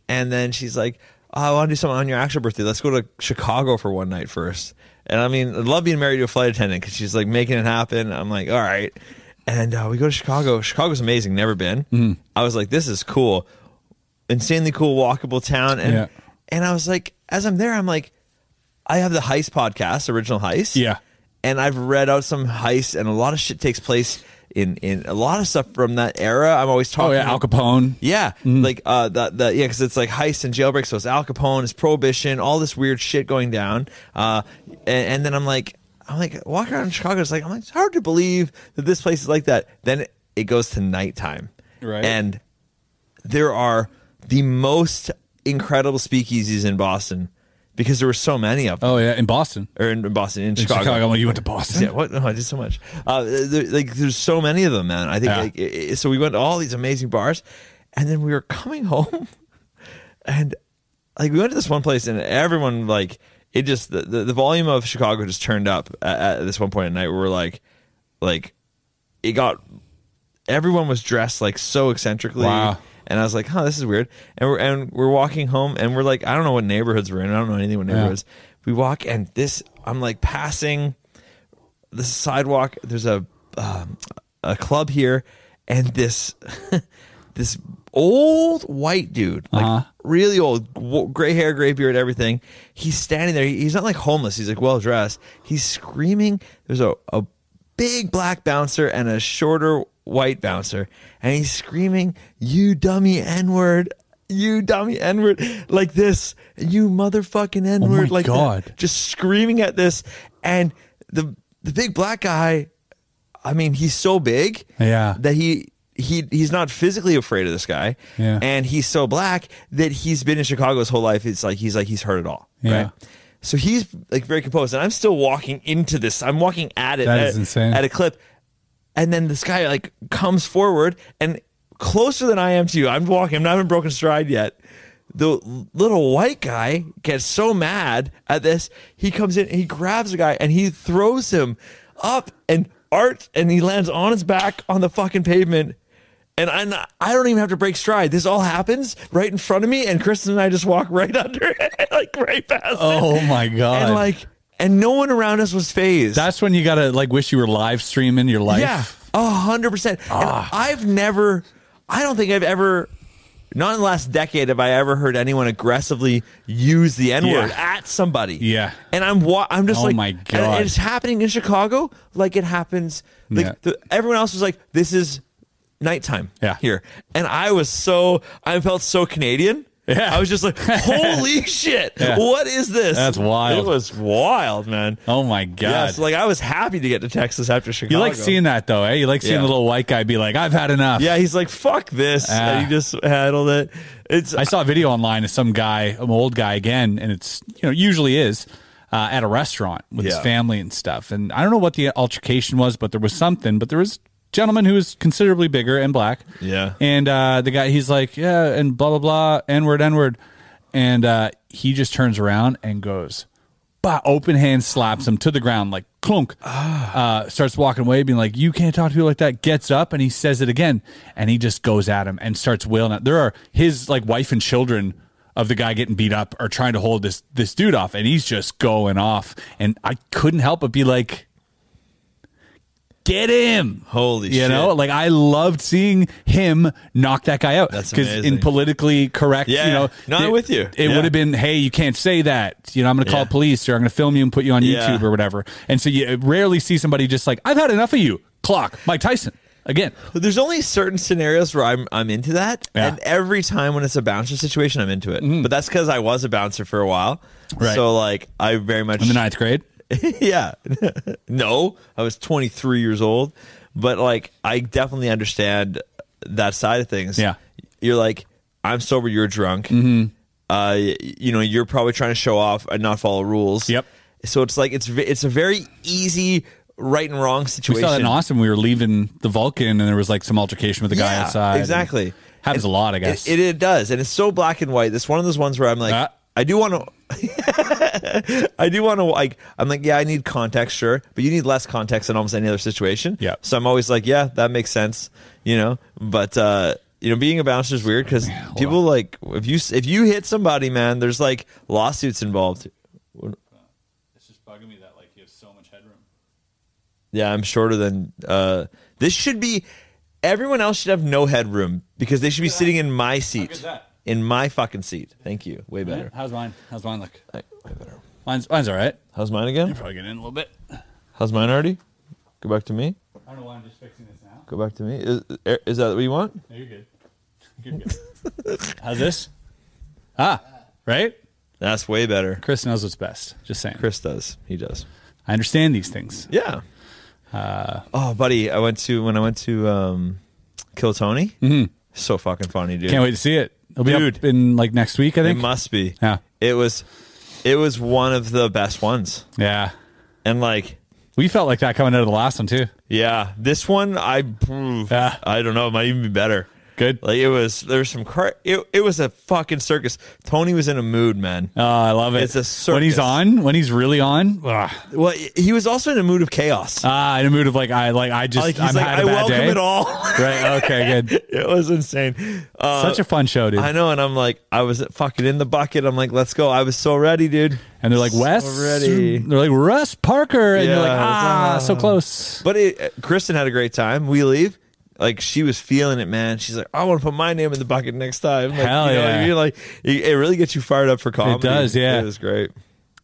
Speaker 3: And then she's like, oh, I want to do something on your actual birthday. Let's go to Chicago for one night first. And I mean, I love being married to a flight attendant because she's like making it happen. I'm like, all right. And uh, we go to Chicago. Chicago's amazing. Never been. I was like, this is cool insanely cool walkable town and
Speaker 2: Yeah.
Speaker 3: and I was like as I'm there I'm like I have the heist podcast original heist
Speaker 2: Yeah.
Speaker 3: and I've read out some heist and a lot of shit takes place in in a lot of stuff from that era I'm always talking
Speaker 2: Oh yeah, Al Capone.
Speaker 3: yeah,
Speaker 2: Mm.
Speaker 3: like uh, the the yeah, because it's like heist and jailbreak. So it's Al Capone, it's prohibition, all this weird shit going down. Uh, and, and then I'm like, I'm like walking around Chicago. It's like I'm like, it's hard to believe that this place is like that. Then it, it goes to nighttime,
Speaker 2: Right.
Speaker 3: And there are the most incredible speakeasies in Boston because there were so many of them,
Speaker 2: Oh yeah, in Boston.
Speaker 3: or in, in Boston, in,
Speaker 2: In Chicago. I'm like, you went to Boston.
Speaker 3: yeah, what? No, I did so much. Uh, there, like, there's so many of them, man. I think
Speaker 2: Yeah.
Speaker 3: like, i- i- so. We went to all these amazing bars, and then we were coming home, and like we went to this one place, and everyone like it just the the, the volume of Chicago just turned up at, at this one point at night. We were like, like it got everyone was dressed like so eccentrically.
Speaker 2: Wow.
Speaker 3: And I was like, "Huh, this is weird." And we're and we're walking home, and we're like, "I don't know what neighborhoods we're in. I don't know anything what neighborhoods." We walk, and this I'm like passing the sidewalk. There's a um, a club here, and this this old white dude, like really old, w- gray hair, gray beard, everything. He's standing there. He- He's not like homeless. He's like well dressed. He's screaming. There's a a big black bouncer and a shorter white bouncer, and he's screaming, "You dummy n word." You dummy N word like this, you motherfucking N word like that."
Speaker 2: God.
Speaker 3: just screaming at this and the the big black guy i mean he's so big
Speaker 2: Yeah.
Speaker 3: that he he he's not physically afraid of this guy
Speaker 2: Yeah.
Speaker 3: and he's so black that he's been in chicago his whole life it's like he's like he's heard it all right?
Speaker 2: Yeah.
Speaker 3: so he's like very composed and i'm still walking into this i'm walking at it
Speaker 2: That
Speaker 3: at,
Speaker 2: is insane.
Speaker 3: at a clip and then this guy like comes forward and closer than I am to you. I'm walking. I'm not even broken stride yet. The little white guy gets so mad at this. He comes in and he grabs the guy and he throws him up and art and he lands on his back on the fucking pavement. And I'm not- I don't even have to break stride. This all happens right in front of me, and Kristen and I just walk right under it, like right past. it.
Speaker 2: Oh my god.
Speaker 3: And like, and no one around us was phased.
Speaker 2: that's when you gotta like wish you were live streaming your life.
Speaker 3: Yeah, a hundred percent. And
Speaker 2: Ah.
Speaker 3: I've never, I don't think I've ever, not in the last decade, have I ever heard anyone aggressively use the N word
Speaker 2: Yeah.
Speaker 3: at somebody.
Speaker 2: Yeah.
Speaker 3: and I'm, wa- I'm just
Speaker 2: Oh
Speaker 3: like,
Speaker 2: my
Speaker 3: and
Speaker 2: God.
Speaker 3: it's happening in Chicago, like it happens. Like
Speaker 2: Yeah.
Speaker 3: the, everyone else was like, this is nighttime.
Speaker 2: Yeah.
Speaker 3: here, and I was so, I felt so Canadian.
Speaker 2: Yeah.
Speaker 3: I was just like, holy shit,
Speaker 2: Yeah.
Speaker 3: what is this?
Speaker 2: That's wild.
Speaker 3: It was wild, man.
Speaker 2: Oh my god.
Speaker 3: Yeah, so, like I was happy to get to Texas after Chicago.
Speaker 2: you like seeing that though, eh? You like seeing
Speaker 3: Yeah.
Speaker 2: the little white guy be like, I've had enough.
Speaker 3: Yeah, he's like, fuck this.
Speaker 2: Ah.
Speaker 3: And he just handled it. It's
Speaker 2: I saw a video online of some guy, an old guy again, and it's you know usually is uh, at a restaurant with his
Speaker 3: Yeah.
Speaker 2: family and stuff. And I don't know what the altercation was, but there was something. But there was gentleman who was considerably bigger and black.
Speaker 3: Yeah.
Speaker 2: And uh, the guy, he's like, yeah, and blah, blah, blah, N word, N word. And uh, he just turns around and goes, bah, open hand slaps him to the ground, like clunk. Uh, starts walking away, being like, you can't talk to people like that. Gets up and he says it again. And he just goes at him and starts wailing out. There are his like wife and children of the guy getting beat up are trying to hold this this dude off and he's just going off and I couldn't help but be like get him.
Speaker 3: Holy
Speaker 2: you know,
Speaker 3: shit.
Speaker 2: like I loved seeing him knock that guy out.
Speaker 3: That's
Speaker 2: in
Speaker 3: amazing.
Speaker 2: politically correct,
Speaker 3: Yeah.
Speaker 2: you know,
Speaker 3: No, I'm
Speaker 2: it-
Speaker 3: with you.
Speaker 2: It
Speaker 3: Yeah.
Speaker 2: would have been, hey, you can't say that. You know, I'm going to call
Speaker 3: Yeah.
Speaker 2: police or I'm going to film you and put you on
Speaker 3: Yeah.
Speaker 2: YouTube or whatever. And so you rarely see somebody just like, I've had enough of you. Clock, Mike Tyson again.
Speaker 3: There's only certain scenarios where I'm I'm into that,
Speaker 2: Yeah. Mm-hmm.
Speaker 3: and every time when it's a bouncer situation, I'm into it. But that's because I was a bouncer for a while,
Speaker 2: Right.
Speaker 3: so like I very much
Speaker 2: In the ninth grade,
Speaker 3: yeah. no, I was 23 years old, but like I definitely understand that side of things.
Speaker 2: Yeah.
Speaker 3: You're like, I'm sober, you're drunk. Mm-hmm. Uh, y- you know, you're probably trying to show off and not follow rules.
Speaker 2: Yep.
Speaker 3: So it's like it's ve- it's a very easy right and wrong
Speaker 2: we
Speaker 3: situation.
Speaker 2: saw that in Austin. We were leaving the Vulcan, and there was like some altercation with the guy
Speaker 3: Yeah,
Speaker 2: outside.
Speaker 3: Exactly.
Speaker 2: Happens a lot, I guess.
Speaker 3: It, it, it does, and it's so black and white. It's one of those ones where I'm like,
Speaker 2: Ah.
Speaker 3: I do want to. I do want to like. I'm like, yeah, I need context, sure, but you need less context in almost any other situation.
Speaker 2: Yeah.
Speaker 3: So I'm always like, yeah, that makes sense, you know. But uh, you know, being a bouncer is weird because people like if you if you hit somebody, man, there's like lawsuits involved.
Speaker 2: it's just bugging me that like you have so much headroom.
Speaker 3: Yeah, I'm shorter than. Uh, this should be. Everyone else should have no headroom because they should be sitting in my seat.
Speaker 2: good's that?
Speaker 3: In my fucking seat. Thank you. Way better.
Speaker 2: How's mine? How's mine look?
Speaker 3: Like, Way better.
Speaker 2: Mine's mine's all right.
Speaker 3: How's mine again?
Speaker 2: Probably get in a little bit. I
Speaker 3: How's mine already? Go back to me.
Speaker 2: don't know why I'm just fixing this now.
Speaker 3: Go back to me. Is, er, is that what you want?
Speaker 2: No, you're good. You're good. How's this? Ah, right.
Speaker 3: That's way better.
Speaker 2: Chris knows what's best. Just saying.
Speaker 3: Chris does. He does.
Speaker 2: I understand these things.
Speaker 3: Yeah.
Speaker 2: Uh,
Speaker 3: oh, buddy, I went to when I went to um, Kill Tony. Mm-hmm. So fucking funny, dude.
Speaker 2: Can't wait to see it. It'll be
Speaker 3: Dude.
Speaker 2: up in like next week, I
Speaker 3: It
Speaker 2: think.
Speaker 3: must be.
Speaker 2: Yeah.
Speaker 3: It was. It was one of the best ones,
Speaker 2: Yeah.
Speaker 3: and like
Speaker 2: We felt like that coming out of the last one too.
Speaker 3: Yeah, this one I mm,
Speaker 2: Yeah.
Speaker 3: I don't know. It might even be better.
Speaker 2: Good.
Speaker 3: Like it was. There's some. Car- it it was a fucking circus. Tony was in a mood, man.
Speaker 2: Oh, I love it.
Speaker 3: It's a
Speaker 2: When he's
Speaker 3: circus.
Speaker 2: on, when he's really on, ah,
Speaker 3: Well, he was also in a mood of chaos.
Speaker 2: ah, in a mood of like I like I just
Speaker 3: like
Speaker 2: I'm
Speaker 3: he's like,
Speaker 2: had
Speaker 3: I
Speaker 2: a bad
Speaker 3: welcome
Speaker 2: day.
Speaker 3: it all.
Speaker 2: Right. Okay. Good.
Speaker 3: it was insane. Uh,
Speaker 2: Such a fun show, dude.
Speaker 3: I know, and I'm like, I was fucking in the bucket. I'm like, let's go. I was so ready, dude.
Speaker 2: And they're like
Speaker 3: So
Speaker 2: Wes.
Speaker 3: ready.
Speaker 2: They're like Russ Parker, and you're like
Speaker 3: Yeah, it's,
Speaker 2: ah,
Speaker 3: uh,
Speaker 2: so close.
Speaker 3: But it, uh, Kristen had a great time. We leave. Like she was feeling it, man. She's like, I want to put my name in the bucket next time. Like,
Speaker 2: Hell
Speaker 3: you know
Speaker 2: yeah.
Speaker 3: What I mean? Like it, it really gets you fired up for comedy.
Speaker 2: does, yeah.
Speaker 3: It was great.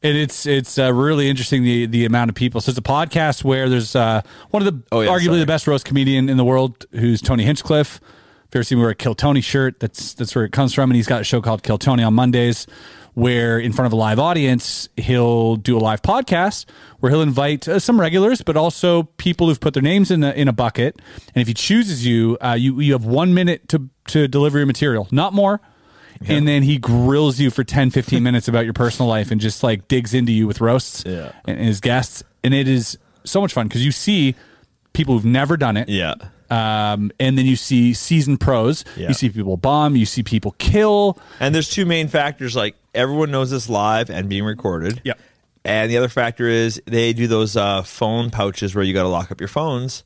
Speaker 2: And it's it's uh, really interesting the the amount of people. So it's a podcast where there's uh, one of the
Speaker 3: Oh, yeah,
Speaker 2: arguably
Speaker 3: sorry.
Speaker 2: the best roast comedian in the world, who's Tony Hinchcliffe. If you ever seen me wear a Kill Tony shirt, that's that's where it comes from. And he's got a show called Kill Tony on Mondays, where in front of a live audience, he'll do a live podcast where he'll invite uh, some regulars, but also people who've put their names in a, in a bucket. And if he chooses you, uh, you you have one minute to to deliver your material, not more. And then he grills you for 10, 15 minutes about your personal life and just like digs into you with roasts
Speaker 3: Yeah.
Speaker 2: and, and his guests. And it is so much fun because you see people who've never done it.
Speaker 3: Yeah.
Speaker 2: Um, and then you see seasoned pros.
Speaker 3: Yeah.
Speaker 2: You see people bomb. You see people kill.
Speaker 3: And there's two main factors. Like everyone knows this live and being recorded.
Speaker 2: Yep.
Speaker 3: And the other factor is they do those uh, phone pouches where you got to lock up your phones,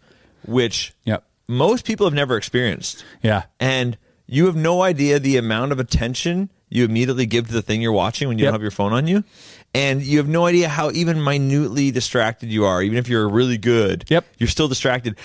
Speaker 3: which
Speaker 2: Yep.
Speaker 3: most people have never experienced.
Speaker 2: Yeah.
Speaker 3: And you have no idea the amount of attention you immediately give to the thing you're watching when you
Speaker 2: Yep.
Speaker 3: don't have your phone on you. And you have no idea how even minutely distracted you are. Even if you're really good,
Speaker 2: Yep.
Speaker 3: you're still distracted.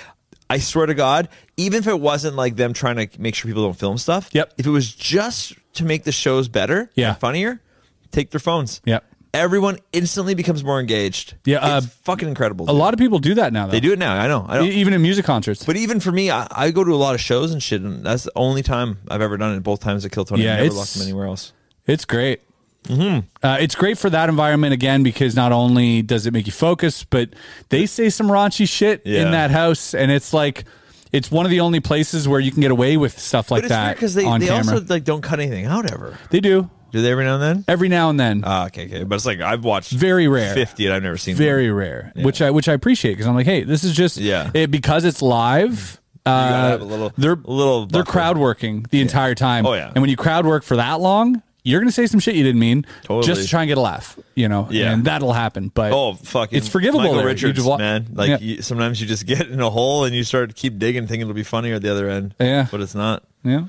Speaker 3: I swear to God, even if it wasn't like them trying to make sure people don't film stuff,
Speaker 2: Yep.
Speaker 3: if it was just to make the shows better
Speaker 2: Yeah.
Speaker 3: and funnier, take their phones.
Speaker 2: Yep.
Speaker 3: Everyone instantly becomes more engaged.
Speaker 2: Yeah,
Speaker 3: It's
Speaker 2: uh,
Speaker 3: fucking incredible.
Speaker 2: A lot of people do that now, though.
Speaker 3: They do it now. I know. I
Speaker 2: E-
Speaker 3: don't,
Speaker 2: Even in music concerts.
Speaker 3: but even for me, I, I go to a lot of shows and shit, and that's the only time I've ever done it. Both times at Kill Tony,
Speaker 2: Yeah,
Speaker 3: I never
Speaker 2: it's-
Speaker 3: locked them anywhere else.
Speaker 2: It's great.
Speaker 3: Mm-hmm.
Speaker 2: Uh, it's great for that environment again because not only does it make you focus, but they say some raunchy shit in
Speaker 3: Yeah.
Speaker 2: that house, and it's like it's one of the only places where you can get away with stuff like
Speaker 3: but it's
Speaker 2: that
Speaker 3: weird because they,
Speaker 2: on
Speaker 3: they
Speaker 2: camera.
Speaker 3: also like don't cut anything out ever.
Speaker 2: they do.
Speaker 3: Do they every now and then?
Speaker 2: Every now and then.
Speaker 3: Ah, okay, okay. But it's like I've watched
Speaker 2: very rare,
Speaker 3: fifty, and I've never seen
Speaker 2: very rare, which I which I appreciate because I'm like, hey, this is just
Speaker 3: Yeah.
Speaker 2: it because it's live. Uh,
Speaker 3: have a little-
Speaker 2: they're
Speaker 3: little
Speaker 2: they're
Speaker 3: buffer.
Speaker 2: crowd working the entire time.
Speaker 3: Oh, yeah.
Speaker 2: and when you crowd work for that long, you're gonna say some shit you didn't mean
Speaker 3: Totally.
Speaker 2: just to try and get a laugh. You know,
Speaker 3: Yeah.
Speaker 2: and that'll happen. But
Speaker 3: Oh fucking!
Speaker 2: it's forgivable.
Speaker 3: Michael
Speaker 2: there. You
Speaker 3: Richards,
Speaker 2: just wa-
Speaker 3: man. Like
Speaker 2: Yeah.
Speaker 3: you, sometimes you just get in a hole and you start to keep digging, thinking it'll be funny at the other end.
Speaker 2: Yeah.
Speaker 3: but it's not.
Speaker 2: Yeah,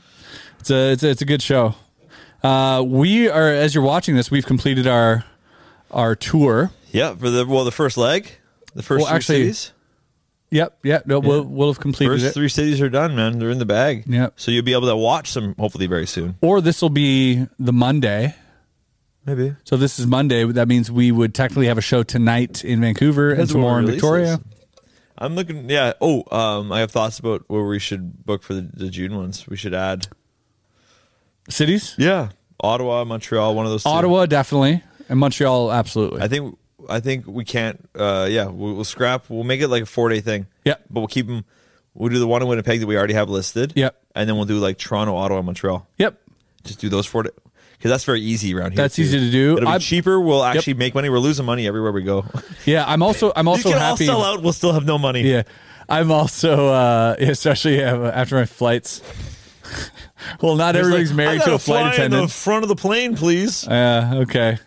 Speaker 2: it's a it's a, it's a good show. Uh, we are as you're watching this, we've completed our our tour.
Speaker 3: Yeah, for the well, the first leg, the first
Speaker 2: Well,
Speaker 3: three
Speaker 2: actually,
Speaker 3: cities,
Speaker 2: Yep, yep. No, We'll, we'll have completed
Speaker 3: first
Speaker 2: it.
Speaker 3: three cities are done, man. They're in the bag.
Speaker 2: Yeah.
Speaker 3: so you'll be able to watch them hopefully very soon.
Speaker 2: Or this will be the Monday.
Speaker 3: Maybe
Speaker 2: So if this is Monday. That means we would technically have a show tonight in Vancouver and
Speaker 3: That's when
Speaker 2: tomorrow
Speaker 3: it
Speaker 2: in
Speaker 3: releases.
Speaker 2: Victoria.
Speaker 3: I'm looking. Yeah. Oh, um, I have thoughts about where we should book for the, the June ones. We should add.
Speaker 2: Cities?
Speaker 3: Yeah, Ottawa, Montreal, one of those. two.
Speaker 2: Ottawa, definitely. And Montreal, absolutely.
Speaker 3: I think I think we can't. Uh, yeah, we'll, we'll scrap. We'll make it like a four day thing.
Speaker 2: Yeah.
Speaker 3: but we'll keep them. We'll do the one in Winnipeg that we already have listed.
Speaker 2: Yep.
Speaker 3: and then we'll do like Toronto, Ottawa, Montreal.
Speaker 2: Yep.
Speaker 3: Just do those four because that's very easy around here.
Speaker 2: That's
Speaker 3: too.
Speaker 2: easy to do.
Speaker 3: It'll be
Speaker 2: I'm-
Speaker 3: cheaper. We'll
Speaker 2: Yep.
Speaker 3: actually make money. We're losing money everywhere we go.
Speaker 2: Yeah, I'm also I'm also
Speaker 3: you can
Speaker 2: happy.
Speaker 3: all sell out. We'll still have no money.
Speaker 2: Yeah. I'm also uh especially uh, after my flights. well, not
Speaker 3: There's
Speaker 2: everybody's
Speaker 3: like, I
Speaker 2: married to
Speaker 3: gotta
Speaker 2: a flight
Speaker 3: fly In the
Speaker 2: attendant.
Speaker 3: front of the plane, please.
Speaker 2: Yeah, okay.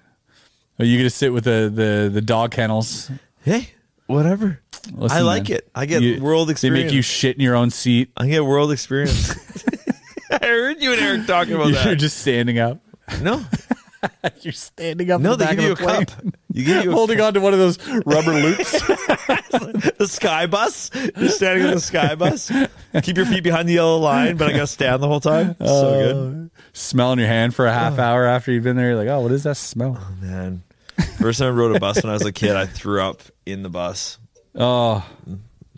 Speaker 2: Are you going to sit with the the the dog kennels?
Speaker 3: hey, whatever.
Speaker 2: Listen,
Speaker 3: I like
Speaker 2: man,
Speaker 3: it. I get
Speaker 2: you-
Speaker 3: world experience.
Speaker 2: They make you shit in your own seat.
Speaker 3: I get world experience. I heard you and Eric talking about
Speaker 2: You're
Speaker 3: that.
Speaker 2: just standing up.
Speaker 3: no,
Speaker 2: You're standing up. in the
Speaker 3: No, they
Speaker 2: back
Speaker 3: give you a
Speaker 2: of a
Speaker 3: cup.
Speaker 2: plane.
Speaker 3: You give you a
Speaker 2: holding on to one of those rubber loops.
Speaker 3: the sky bus. You're standing on the sky bus. Keep your feet behind the yellow line, but I gotta stand the whole time.
Speaker 2: Oh.
Speaker 3: So
Speaker 2: Smelling your hand for a
Speaker 3: Oh.
Speaker 2: half hour after you've been there. You're like, oh, what is that smell?
Speaker 3: good, man. First time I rode a bus when I was a kid, I threw up in the bus.
Speaker 2: Oh,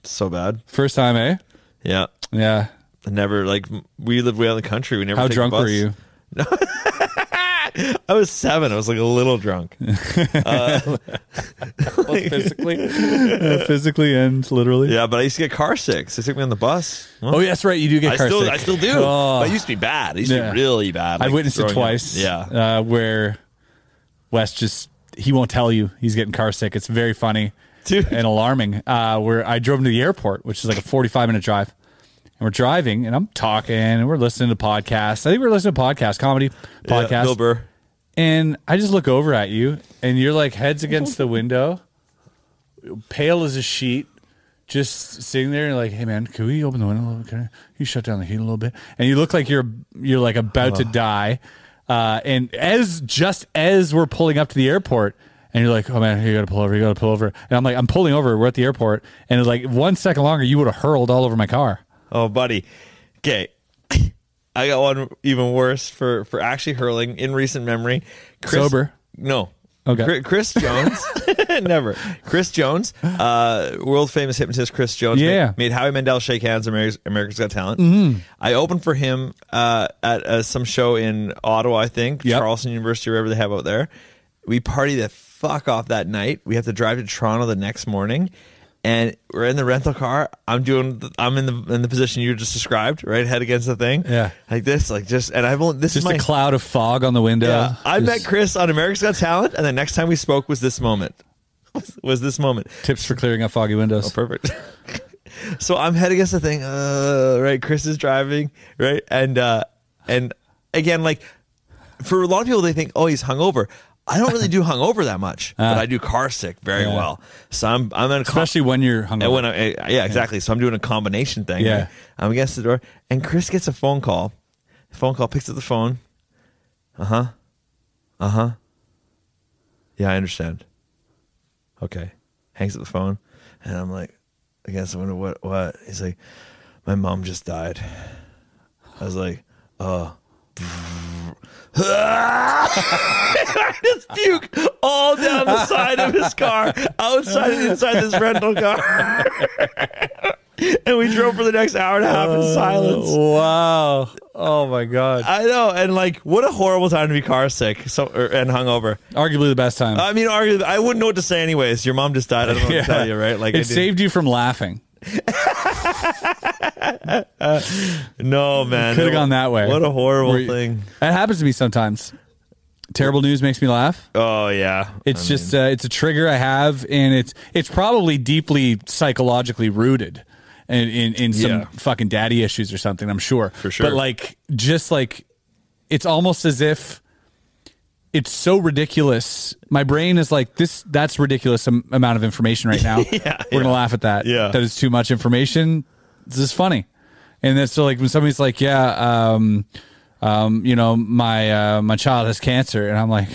Speaker 3: So bad.
Speaker 2: first time, eh?
Speaker 3: Yeah,
Speaker 2: Yeah.
Speaker 3: I never like m- we lived way out in the country. We never.
Speaker 2: How
Speaker 3: take a
Speaker 2: drunk were
Speaker 3: bus.
Speaker 2: you?
Speaker 3: I was seven. I was like a little drunk.
Speaker 2: physically, physically and literally.
Speaker 3: Yeah, but I used to get car sick. So they took me on the bus. Well,
Speaker 2: Oh, yeah, that's right. You do get
Speaker 3: I
Speaker 2: car
Speaker 3: still,
Speaker 2: sick.
Speaker 3: I still do.
Speaker 2: Oh.
Speaker 3: But it used to be bad. It used
Speaker 2: Yeah.
Speaker 3: to be really bad.
Speaker 2: I
Speaker 3: like,
Speaker 2: witnessed it
Speaker 3: throwing up.
Speaker 2: twice.
Speaker 3: Yeah.
Speaker 2: uh, where Wes just he won't tell you he's getting car sick. It's very funny
Speaker 3: Dude.
Speaker 2: and alarming. Uh, where I drove him to the airport, which is like a forty-five minute drive, and we're driving and I'm talking and we're listening to podcasts. I think we're listening to podcasts, comedy
Speaker 3: Yeah,
Speaker 2: podcasts.
Speaker 3: Bill Burr.
Speaker 2: and I just look over at you, and you're like heads against the window, pale as a sheet, just sitting there. Like, hey man, can we open the window a little? bit? Can you shut down the heat a little bit? And you look like you're you're like about to die. Uh, and as just as we're pulling up to the airport. And you're like, oh man, you gotta pull over, you gotta pull over. And I'm like, I'm pulling over, we're at the airport. And it's like one second longer, you would have hurled all over my car.
Speaker 3: Oh, buddy. Okay. I got one even worse for, for actually hurling in recent memory.
Speaker 2: Sober?
Speaker 3: No.
Speaker 2: Okay.
Speaker 3: Chri- Chris Jones. Never. Chris Jones, uh, world famous hypnotist Chris Jones.
Speaker 2: Yeah.
Speaker 3: Made, made Howie Mandel shake hands, America's, America's Got Talent.
Speaker 2: Mm-hmm.
Speaker 3: I opened for him uh, at uh, some show in Ottawa, I think,
Speaker 2: Yep.
Speaker 3: Charleston University, wherever they have out there. We party the fuck off that night. We have to drive to Toronto the next morning, and we're in the rental car. I'm doing. I'm in the in the position you just described, right, head against the thing.
Speaker 2: Yeah.
Speaker 3: like this, like just. And I've only this
Speaker 2: Just
Speaker 3: is my
Speaker 2: a cloud of fog on the window.
Speaker 3: yeah. I
Speaker 2: Just
Speaker 3: met Chris on America's Got Talent, and the next time we spoke was this moment. Was, was this moment.
Speaker 2: tips for clearing up foggy windows.
Speaker 3: Perfect. so I'm head against the thing. Uh, right, Chris is driving. Right, and uh, and again, like for a lot of people, they think, oh, he's hungover. I don't really do hungover that much, but I do car sick very
Speaker 2: Uh. Yeah.
Speaker 3: well. So I'm I'm in a com-
Speaker 2: Especially when you're hungover.
Speaker 3: and when I, I- yeah, exactly. So I'm doing a combination thing.
Speaker 2: Yeah.
Speaker 3: right? I'm against the door, and Chris gets a phone call. Phone call picks up the phone. Uh huh. Uh huh. Yeah, I understand. Okay. Hangs up the phone, and I'm like, against the window. What? What? He's like, my mom just died. I was like, oh. I just puke all down the side of his car, outside and inside this rental car. and we drove for the next hour and a half in silence.
Speaker 2: Wow. Uh, Oh my god.
Speaker 3: I know, and like, what a horrible time to be car sick so, or, and hungover.
Speaker 2: Arguably the best time.
Speaker 3: I mean, arguably, I wouldn't know what to say anyways. Your mom just died. I don't know what
Speaker 2: Yeah.
Speaker 3: to tell you, right? Like, I
Speaker 2: it
Speaker 3: didn't-
Speaker 2: saved you from laughing.
Speaker 3: No, man,
Speaker 2: Could have gone that way.
Speaker 3: What a horrible
Speaker 2: Where you-
Speaker 3: thing.
Speaker 2: That happens to me sometimes. Terrible news makes me laugh.
Speaker 3: Oh yeah,
Speaker 2: it's just uh, it's a trigger I have, and it's it's probably deeply psychologically rooted, in in, in some
Speaker 3: Yeah.
Speaker 2: fucking daddy issues or something. I'm sure for
Speaker 3: sure.
Speaker 2: But like, just like, it's almost as if it's so ridiculous. My brain is like this. That's ridiculous am- amount of information right now.
Speaker 3: Yeah,
Speaker 2: We're gonna
Speaker 3: yeah.
Speaker 2: laugh at that.
Speaker 3: Yeah.
Speaker 2: that is too much information. This is funny. And then so like when somebody's like, yeah, um, um, you know, my uh, my child has cancer, and I'm like,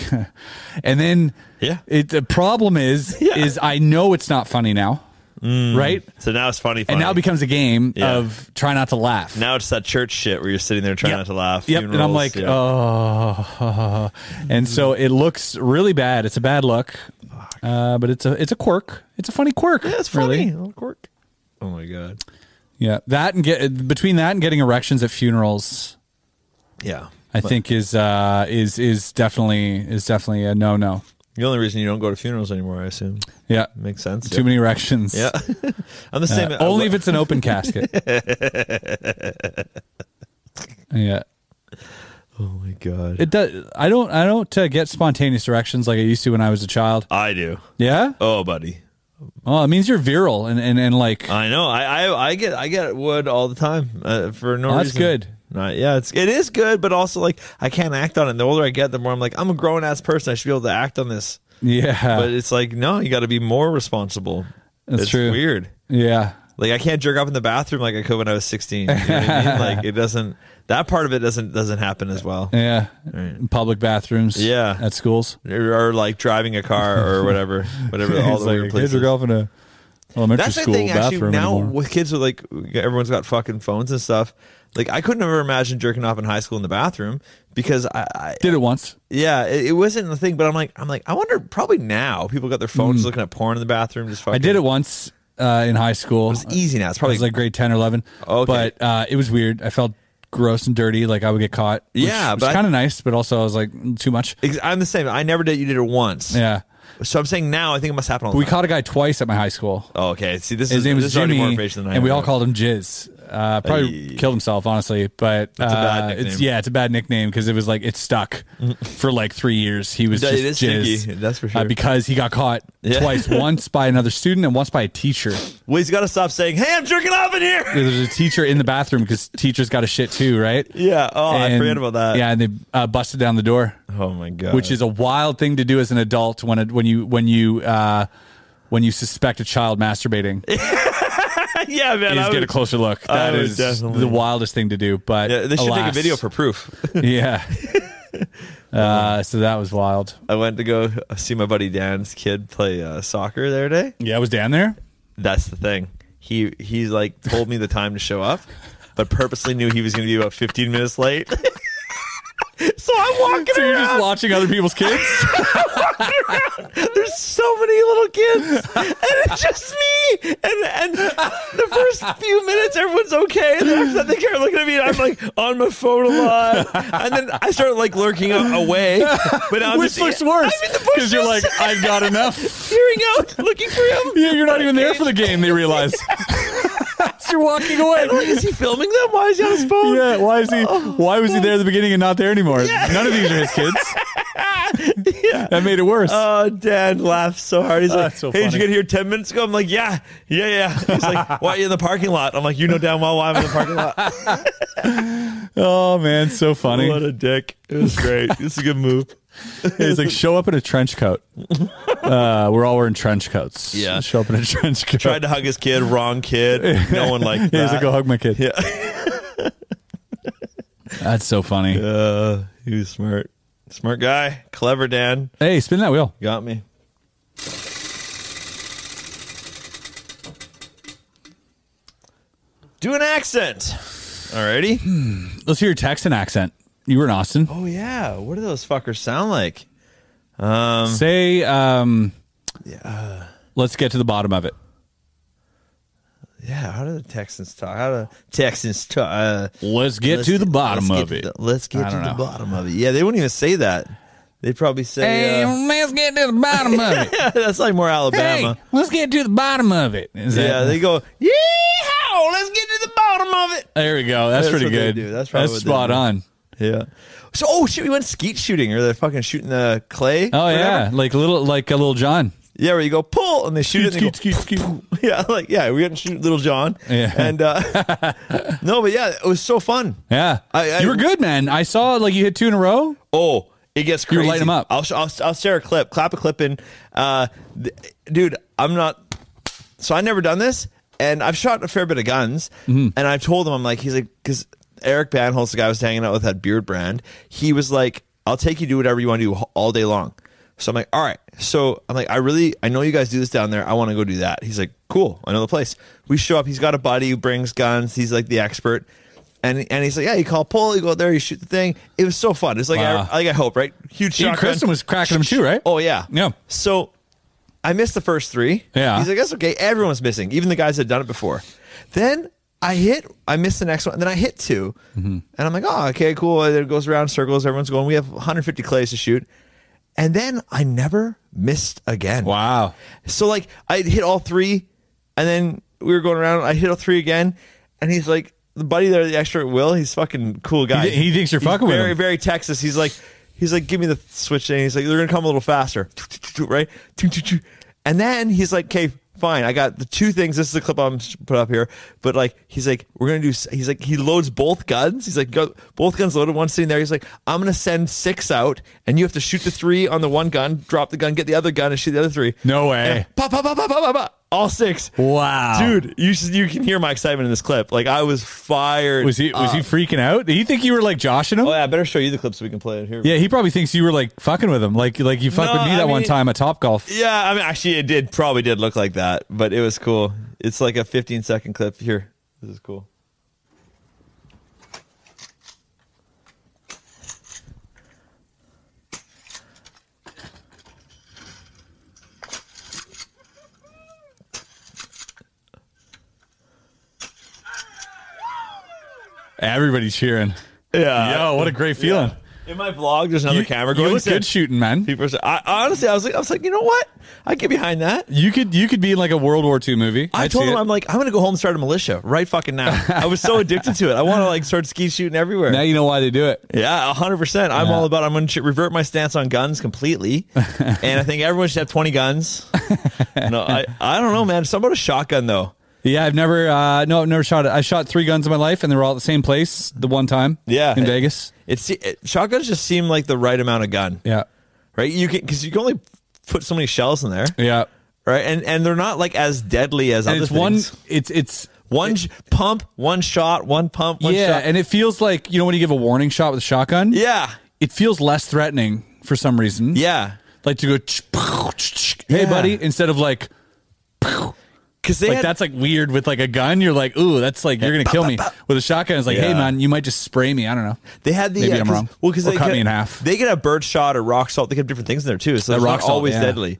Speaker 2: and then
Speaker 3: Yeah.
Speaker 2: it, the problem is is I know it's not funny now, right?
Speaker 3: So now it's funny.
Speaker 2: And
Speaker 3: Mm. funny.
Speaker 2: now it becomes a game
Speaker 3: Yeah.
Speaker 2: of try not to laugh.
Speaker 3: Now it's that church shit where you're sitting there trying
Speaker 2: Yep.
Speaker 3: not to laugh.
Speaker 2: Yep. And I'm
Speaker 3: funerals,
Speaker 2: like, uh,
Speaker 3: yeah.
Speaker 2: oh. And so it looks really bad. It's a bad look, uh, but it's a it's a quirk. It's a funny quirk.
Speaker 3: yeah, it's funny.
Speaker 2: really.
Speaker 3: little quirk. Oh my god.
Speaker 2: Yeah. That and get between that and getting erections at funerals,
Speaker 3: Yeah.
Speaker 2: I
Speaker 3: But
Speaker 2: think is uh, is is definitely is definitely a no no.
Speaker 3: the only reason you don't go to funerals anymore, I assume,
Speaker 2: Yeah.
Speaker 3: makes sense.
Speaker 2: Too many erections.
Speaker 3: Yeah. I'm
Speaker 2: Uh,
Speaker 3: the same.
Speaker 2: only if it's an open casket. yeah.
Speaker 3: Oh my god.
Speaker 2: It does. I don't. I don't uh, get spontaneous erections like I used to when I was a child.
Speaker 3: I do.
Speaker 2: Yeah.
Speaker 3: Oh, buddy.
Speaker 2: Oh, it means you're virile and and, and like
Speaker 3: I know. I, I I get I get wood all the time uh, for no
Speaker 2: Oh, that's
Speaker 3: reason.
Speaker 2: good.
Speaker 3: Not, yeah, it's it is good, but also like I can't act on it. The older I get, the more I'm like I'm a grown ass person. I should be able to act on this.
Speaker 2: yeah.
Speaker 3: But it's like no, you got to be more responsible.
Speaker 2: Ah. That's
Speaker 3: it's
Speaker 2: true.
Speaker 3: Weird.
Speaker 2: yeah.
Speaker 3: Like I can't jerk off in the bathroom like I could when I was 16. You know what I mean? Like it doesn't. That part of it doesn't doesn't happen as well.
Speaker 2: Yeah. In Public bathrooms.
Speaker 3: Yeah.
Speaker 2: At schools.
Speaker 3: Or like driving a car or whatever, whatever. All
Speaker 2: It's
Speaker 3: the
Speaker 2: like,
Speaker 3: weird
Speaker 2: kids are
Speaker 3: places.
Speaker 2: golfing a elementary
Speaker 3: That's the
Speaker 2: school
Speaker 3: thing. Actually,
Speaker 2: bathroom
Speaker 3: now
Speaker 2: anymore.
Speaker 3: with kids with like everyone's got fucking phones and stuff. Like I could never imagine jerking off in high school in the bathroom because I, I
Speaker 2: Did it once.
Speaker 3: yeah, it, it wasn't the thing. But I'm like, I'm like, I wonder. Probably now people got their phones looking at porn in the bathroom. Just fucking.
Speaker 2: Mm. I did it once uh, in high school.
Speaker 3: It's easy now.
Speaker 2: I
Speaker 3: It's probably
Speaker 2: was like grade 10 or 11.
Speaker 3: Okay.
Speaker 2: But uh, it was weird. I felt gross and dirty. Like I would get caught. Which,
Speaker 3: Yeah,
Speaker 2: Which
Speaker 3: but I-
Speaker 2: kind of nice, but also I was like, mm, too much.
Speaker 3: Ex- I'm the same. I never did. You did it once.
Speaker 2: Yeah.
Speaker 3: So I'm saying now I think it must happen all
Speaker 2: But
Speaker 3: the
Speaker 2: we
Speaker 3: time.
Speaker 2: caught a guy twice at my high school.
Speaker 3: Oh, okay. See, this
Speaker 2: His
Speaker 3: is
Speaker 2: name
Speaker 3: this
Speaker 2: was
Speaker 3: is already
Speaker 2: Jimmy,
Speaker 3: more information than I
Speaker 2: and we
Speaker 3: have.
Speaker 2: all called him Jizz. Uh, probably
Speaker 3: Aye.
Speaker 2: killed himself, honestly. But uh,
Speaker 3: That's a bad
Speaker 2: it's
Speaker 3: nickname.
Speaker 2: yeah, it's a bad nickname because it was like it stuck for like three years. He was
Speaker 3: That-
Speaker 2: just
Speaker 3: it
Speaker 2: Jizz,
Speaker 3: is stinky, that's for
Speaker 2: uh,
Speaker 3: sure.
Speaker 2: because he got caught
Speaker 3: Yeah.
Speaker 2: twice, once by another student and once by a teacher.
Speaker 3: Well, he's got to stop saying, "Hey, I'm jerking off in here."
Speaker 2: There's a teacher in the bathroom because teachers got a shit too, right?
Speaker 3: Yeah. Oh, I
Speaker 2: And-
Speaker 3: forget about that.
Speaker 2: Yeah, and they uh, busted down the door.
Speaker 3: Oh my god.
Speaker 2: which is a wild thing to do as an adult when it, when you when you uh, when you suspect a child masturbating.
Speaker 3: yeah,
Speaker 2: is
Speaker 3: man. I
Speaker 2: get a
Speaker 3: would-
Speaker 2: closer look.
Speaker 3: I
Speaker 2: That
Speaker 3: would
Speaker 2: is
Speaker 3: definitely-
Speaker 2: the wildest thing to do. But
Speaker 3: Yeah, they should take a
Speaker 2: alas.
Speaker 3: video for proof.
Speaker 2: yeah. uh, so that was wild.
Speaker 3: I went to go see my buddy Dan's kid play uh, soccer the other day.
Speaker 2: Yeah, I was down there.
Speaker 3: That's the thing. He he's like told me the time to show up, but purposely knew he was going to be about 15 minutes late. so I'm walking
Speaker 2: So you're
Speaker 3: around.
Speaker 2: just watching other people's kids.
Speaker 3: There's so many little kids, and it's just me. And and the first few minutes, everyone's okay. And then after that, they kept looking at me, and I'm like on my phone a lot. And then I started like lurking a- away. But now I'm
Speaker 2: Which
Speaker 3: just,
Speaker 2: looks
Speaker 3: I'm
Speaker 2: worse
Speaker 3: in the bushes.
Speaker 2: you're like, I've got enough.
Speaker 3: peering out, looking for him.
Speaker 2: Yeah, you're not even there for the game. They realize. so you're walking away.
Speaker 3: I'm like, is he filming them? Why is he on his phone? Oh,
Speaker 2: Yeah, why is he? Why was he there at the beginning and not there anymore? None of these are his kids. That made it worse.
Speaker 3: Oh, Dad laughed so hard. He's like,
Speaker 2: Oh, that's so
Speaker 3: "Hey, did you
Speaker 2: funny.
Speaker 3: get here ten minutes ago?" I'm like, "Yeah, yeah, yeah." He's like, "Why are you in the parking lot?" I'm like, "You know damn well why I'm in the parking lot."
Speaker 2: oh man, so funny.
Speaker 3: What a dick! It was great. It's a good move.
Speaker 2: He's like, show up in a trench coat. Uh, we're all wearing trench coats.
Speaker 3: Yeah.
Speaker 2: Show up in a trench coat.
Speaker 3: Tried to hug his kid, wrong kid. No one liked
Speaker 2: Yeah, he's like,
Speaker 3: that.
Speaker 2: go hug my kid.
Speaker 3: Yeah.
Speaker 2: That's so funny.
Speaker 3: Uh, he was smart, smart guy, clever. Dan
Speaker 2: Hey, spin that wheel.
Speaker 3: got me. Do an accent.
Speaker 2: Hmm.
Speaker 3: Alrighty.
Speaker 2: Let's hear your Texan accent. You were in Austin.
Speaker 3: Oh yeah. What do those fuckers sound like?
Speaker 2: Say, um, let's get to the bottom of it.
Speaker 3: Yeah. How do the Texans talk? How do Texans talk? Uh,
Speaker 2: Let's get to the bottom
Speaker 3: let's
Speaker 2: of
Speaker 3: get to
Speaker 2: it.
Speaker 3: the- let's
Speaker 2: I
Speaker 3: get to
Speaker 2: don't
Speaker 3: the
Speaker 2: know.
Speaker 3: bottom of it. Yeah, they wouldn't even say that. They'd probably say.
Speaker 2: Hey,
Speaker 3: uh,
Speaker 2: let's get to the bottom of it.
Speaker 3: that's like more Alabama.
Speaker 2: Hey, let's get to the bottom of it. Is that-
Speaker 3: Yeah, they go, yeehaw, let's get to the bottom of it.
Speaker 2: there we go. That's,
Speaker 3: That's
Speaker 2: pretty
Speaker 3: what they
Speaker 2: good.
Speaker 3: do. That's probably
Speaker 2: That's
Speaker 3: what they
Speaker 2: spot
Speaker 3: do.
Speaker 2: on.
Speaker 3: Yeah. So oh shit, we went skeet shooting or they're fucking shooting the clay.
Speaker 2: Oh
Speaker 3: or
Speaker 2: yeah,
Speaker 3: whatever.
Speaker 2: like little like a little John.
Speaker 3: Yeah, where you go pull and they shoot it. and they go, Yeah, like yeah, we went and shoot little John.
Speaker 2: Yeah.
Speaker 3: And uh, no, but yeah, it was so fun.
Speaker 2: Yeah,
Speaker 3: I, I,
Speaker 2: you were good, man. I saw like you hit two in a row.
Speaker 3: Oh, it gets
Speaker 2: You were
Speaker 3: crazy.
Speaker 2: lighting 'em up.
Speaker 3: I'll, sh- I'll I'll share a clip, clap a clip in. Uh, th- dude, I'm not. So I never done this, and I've shot a fair bit of guns,
Speaker 2: Mm-hmm.
Speaker 3: and I've told him I'm like he's like because Eric Banholz, the guy I was hanging out with at Beard Brand, he was like, "I'll take you to do whatever you want to do h- all day long." So I'm like, "All right." So I'm like, "I really, I know you guys do this down there. I want to go do that." He's like, "Cool, I know the place." We show up. He's got a buddy who brings guns. He's like the expert. And, and he's like, yeah, you call pull, you go out there, you shoot the thing. It was so fun. It's like,
Speaker 2: Wow.
Speaker 3: I, like I hope, right? Huge
Speaker 2: Ian
Speaker 3: shotgun.
Speaker 2: Kristen was cracking them too, right?
Speaker 3: Oh yeah.
Speaker 2: Yeah.
Speaker 3: So I missed the first three.
Speaker 2: Yeah.
Speaker 3: He's like, that's okay. Everyone's missing, even the guys that had done it before. Then I hit, I missed the next one, and then I hit 2
Speaker 2: Mm-hmm.
Speaker 3: and I'm like, oh, okay, cool. And It goes around in circles. Everyone's going. We have 150 clays to shoot, and then I never missed again.
Speaker 2: Wow.
Speaker 3: So like, I hit all three, and then we were going around. I hit all three again, and he's like, the buddy there, the extra Will, he's a fucking cool guy.
Speaker 2: He- he thinks you're
Speaker 3: He's
Speaker 2: fucking with
Speaker 3: very,
Speaker 2: him.
Speaker 3: very Texas. He's like, he's like, give me the switch thing. He's like, they're gonna come a little faster, right? And then he's like, okay, fine. I got the two things. This is the clip I'm s- put up here. But like, he's like, we're gonna do. s- He's like, he loads both guns. He's like, go, both guns loaded. One sitting there. He's like, I'm gonna send six out, and you have to shoot the three on the one gun, drop the gun, get the other gun, and shoot the other three.
Speaker 2: No way.
Speaker 3: Pop, pop, pop, pop, pop, pop, pop. All six.
Speaker 2: Wow.
Speaker 3: Dude, you should, you can hear my excitement in this clip. Like I was fired.
Speaker 2: Was he was he
Speaker 3: up.
Speaker 2: freaking out? Did he think you were like joshing him?
Speaker 3: Uh, Oh yeah, I better show you the clip so we can play it here.
Speaker 2: Yeah, he probably thinks you were like fucking with him, like like you fucked
Speaker 3: No,
Speaker 2: with me
Speaker 3: I
Speaker 2: that one
Speaker 3: mean-
Speaker 2: time at Top Golf.
Speaker 3: Yeah, I mean, actually, it did probably did look like that, but it was cool. It's like a 15 second clip here. This is cool.
Speaker 2: Everybody's cheering.
Speaker 3: Yeah.
Speaker 2: Yo, what a great feeling.
Speaker 3: In my vlog, there's another
Speaker 2: You-
Speaker 3: camera
Speaker 2: you
Speaker 3: going.
Speaker 2: look good shooting, man.
Speaker 3: People are saying- I, honestly, I was like, I was like, you know what? I get behind that.
Speaker 2: You could you could be in like a World War II movie.
Speaker 3: I
Speaker 2: I'd
Speaker 3: told
Speaker 2: see
Speaker 3: him,
Speaker 2: it.
Speaker 3: I'm like, I'm gonna go home and start a militia right fucking now. I was so addicted to it. I want to like start ski shooting everywhere.
Speaker 2: now you know why they do it.
Speaker 3: Yeah, 100%. I'm all about I'm going to revert my stance on guns completely. and I think everyone should have 20 guns. no, I, I don't know, man. Something about a shotgun, though.
Speaker 2: Yeah, I've never uh no, I've never shot it. I shot three guns in my life and they were all at the same place the one time.
Speaker 3: Yeah.
Speaker 2: In Vegas.
Speaker 3: It's it, Shotguns just seem like the right amount of gun,
Speaker 2: Yeah.
Speaker 3: right? You can Because you can only put so many shells in there,
Speaker 2: Yeah.
Speaker 3: right? And and they're not like as deadly as
Speaker 2: And
Speaker 3: other
Speaker 2: it's one
Speaker 3: things.
Speaker 2: it's it's
Speaker 3: One sh- pump, one shot, one pump, one
Speaker 2: yeah,
Speaker 3: shot.
Speaker 2: and it feels like you know when you give a warning shot with a shotgun,
Speaker 3: yeah,
Speaker 2: it feels less threatening for some reason.
Speaker 3: yeah.
Speaker 2: like to go. tch, pow, tch, tch, Hey,
Speaker 3: Yeah.
Speaker 2: buddy! Instead of like,
Speaker 3: Because they
Speaker 2: like
Speaker 3: had-
Speaker 2: that's like weird with like a gun. You're like, ooh, that's like you're gonna kill me with a shotgun. It's like, hey
Speaker 3: Yeah.
Speaker 2: man, you might just spray me. I don't know.
Speaker 3: They had the
Speaker 2: Maybe
Speaker 3: uh,
Speaker 2: I'm
Speaker 3: 'cause-
Speaker 2: wrong.
Speaker 3: Well, because
Speaker 2: Or
Speaker 3: they
Speaker 2: cut
Speaker 3: could-
Speaker 2: me in half.
Speaker 3: They could have bird shot or rock salt. They could have different things in there too. So
Speaker 2: That
Speaker 3: it's
Speaker 2: rock
Speaker 3: not
Speaker 2: salt,
Speaker 3: always
Speaker 2: yeah.
Speaker 3: deadly.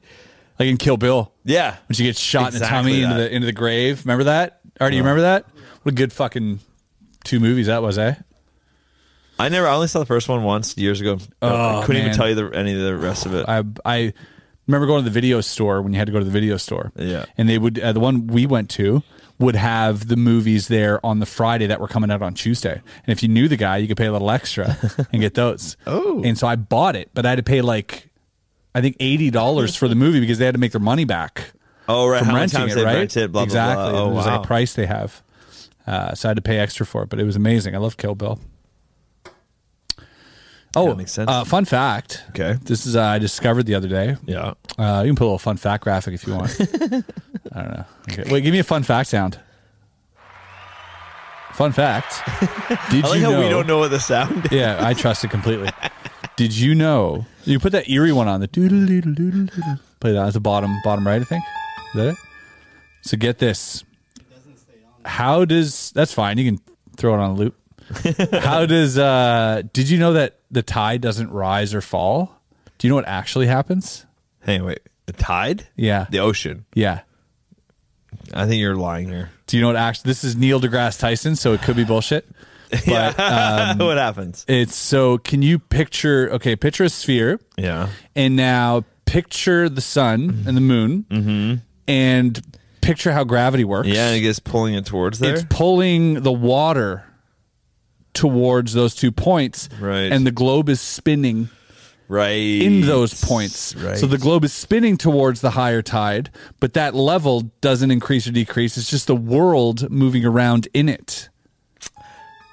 Speaker 2: Like in Kill Bill,
Speaker 3: Yeah.
Speaker 2: when she gets shot
Speaker 3: Exactly
Speaker 2: in the tummy into
Speaker 3: that.
Speaker 2: the into the grave. Remember that? Artie, you remember that? What a good fucking two movies that was, eh?
Speaker 3: I never. I only saw the first one once years ago.
Speaker 2: Oh,
Speaker 3: I couldn't
Speaker 2: man.
Speaker 3: even tell you the, any of the rest of it.
Speaker 2: I I remember going to the video store when you had to go to the video store.
Speaker 3: Yeah.
Speaker 2: and they would uh, the one we went to would have the movies there on the Friday that were coming out on Tuesday. And if you knew the guy, you could pay a little extra and get those. oh, and so I bought it, but I had to pay like I think eighty dollars for the movie because they had to make their money back
Speaker 3: oh right,
Speaker 2: from
Speaker 3: how many
Speaker 2: renting
Speaker 3: times
Speaker 2: it,
Speaker 3: they
Speaker 2: right?
Speaker 3: rent it? Blah
Speaker 2: exactly.
Speaker 3: blah blah. Oh
Speaker 2: There's
Speaker 3: wow.
Speaker 2: like a price they have. Uh, so I had to pay extra for it, but it was amazing. I love Kill Bill. Oh,
Speaker 3: that makes sense.
Speaker 2: Uh, fun fact.
Speaker 3: Okay.
Speaker 2: this is uh, I discovered the other day.
Speaker 3: yeah.
Speaker 2: Uh, you can put a little fun fact graphic if you want. I don't know. Okay. Wait, give me a fun fact sound. Fun fact. Did
Speaker 3: I like
Speaker 2: you
Speaker 3: how
Speaker 2: know?
Speaker 3: we don't know what the sound. Is.
Speaker 2: Yeah, I trust it completely. Did you know? You put that eerie one on the doodle doodle doodle doodle. Play that at the bottom, bottom right, I think. Is that it? So get this. How does? That's fine. You can throw it on a loop. How does? uh Did you know that the tide doesn't rise or fall? Do you know what actually happens?
Speaker 3: Hey, wait. The tide?
Speaker 2: Yeah.
Speaker 3: The ocean.
Speaker 2: Yeah.
Speaker 3: I think you're lying here.
Speaker 2: Do you know what actually? This is Neil deGrasse Tyson, so it could be bullshit. But
Speaker 3: what happens?
Speaker 2: it's so. Can you picture? Okay, picture a sphere,
Speaker 3: Yeah.
Speaker 2: and now picture the sun and the moon, and picture how gravity works.
Speaker 3: Yeah, and it gets pulling it towards there.
Speaker 2: it's pulling the water towards those two points,
Speaker 3: Right.
Speaker 2: and the globe is spinning
Speaker 3: right
Speaker 2: in those points.
Speaker 3: Right.
Speaker 2: So the globe is spinning towards the higher tide, but that level doesn't increase or decrease. It's just the world moving around in it.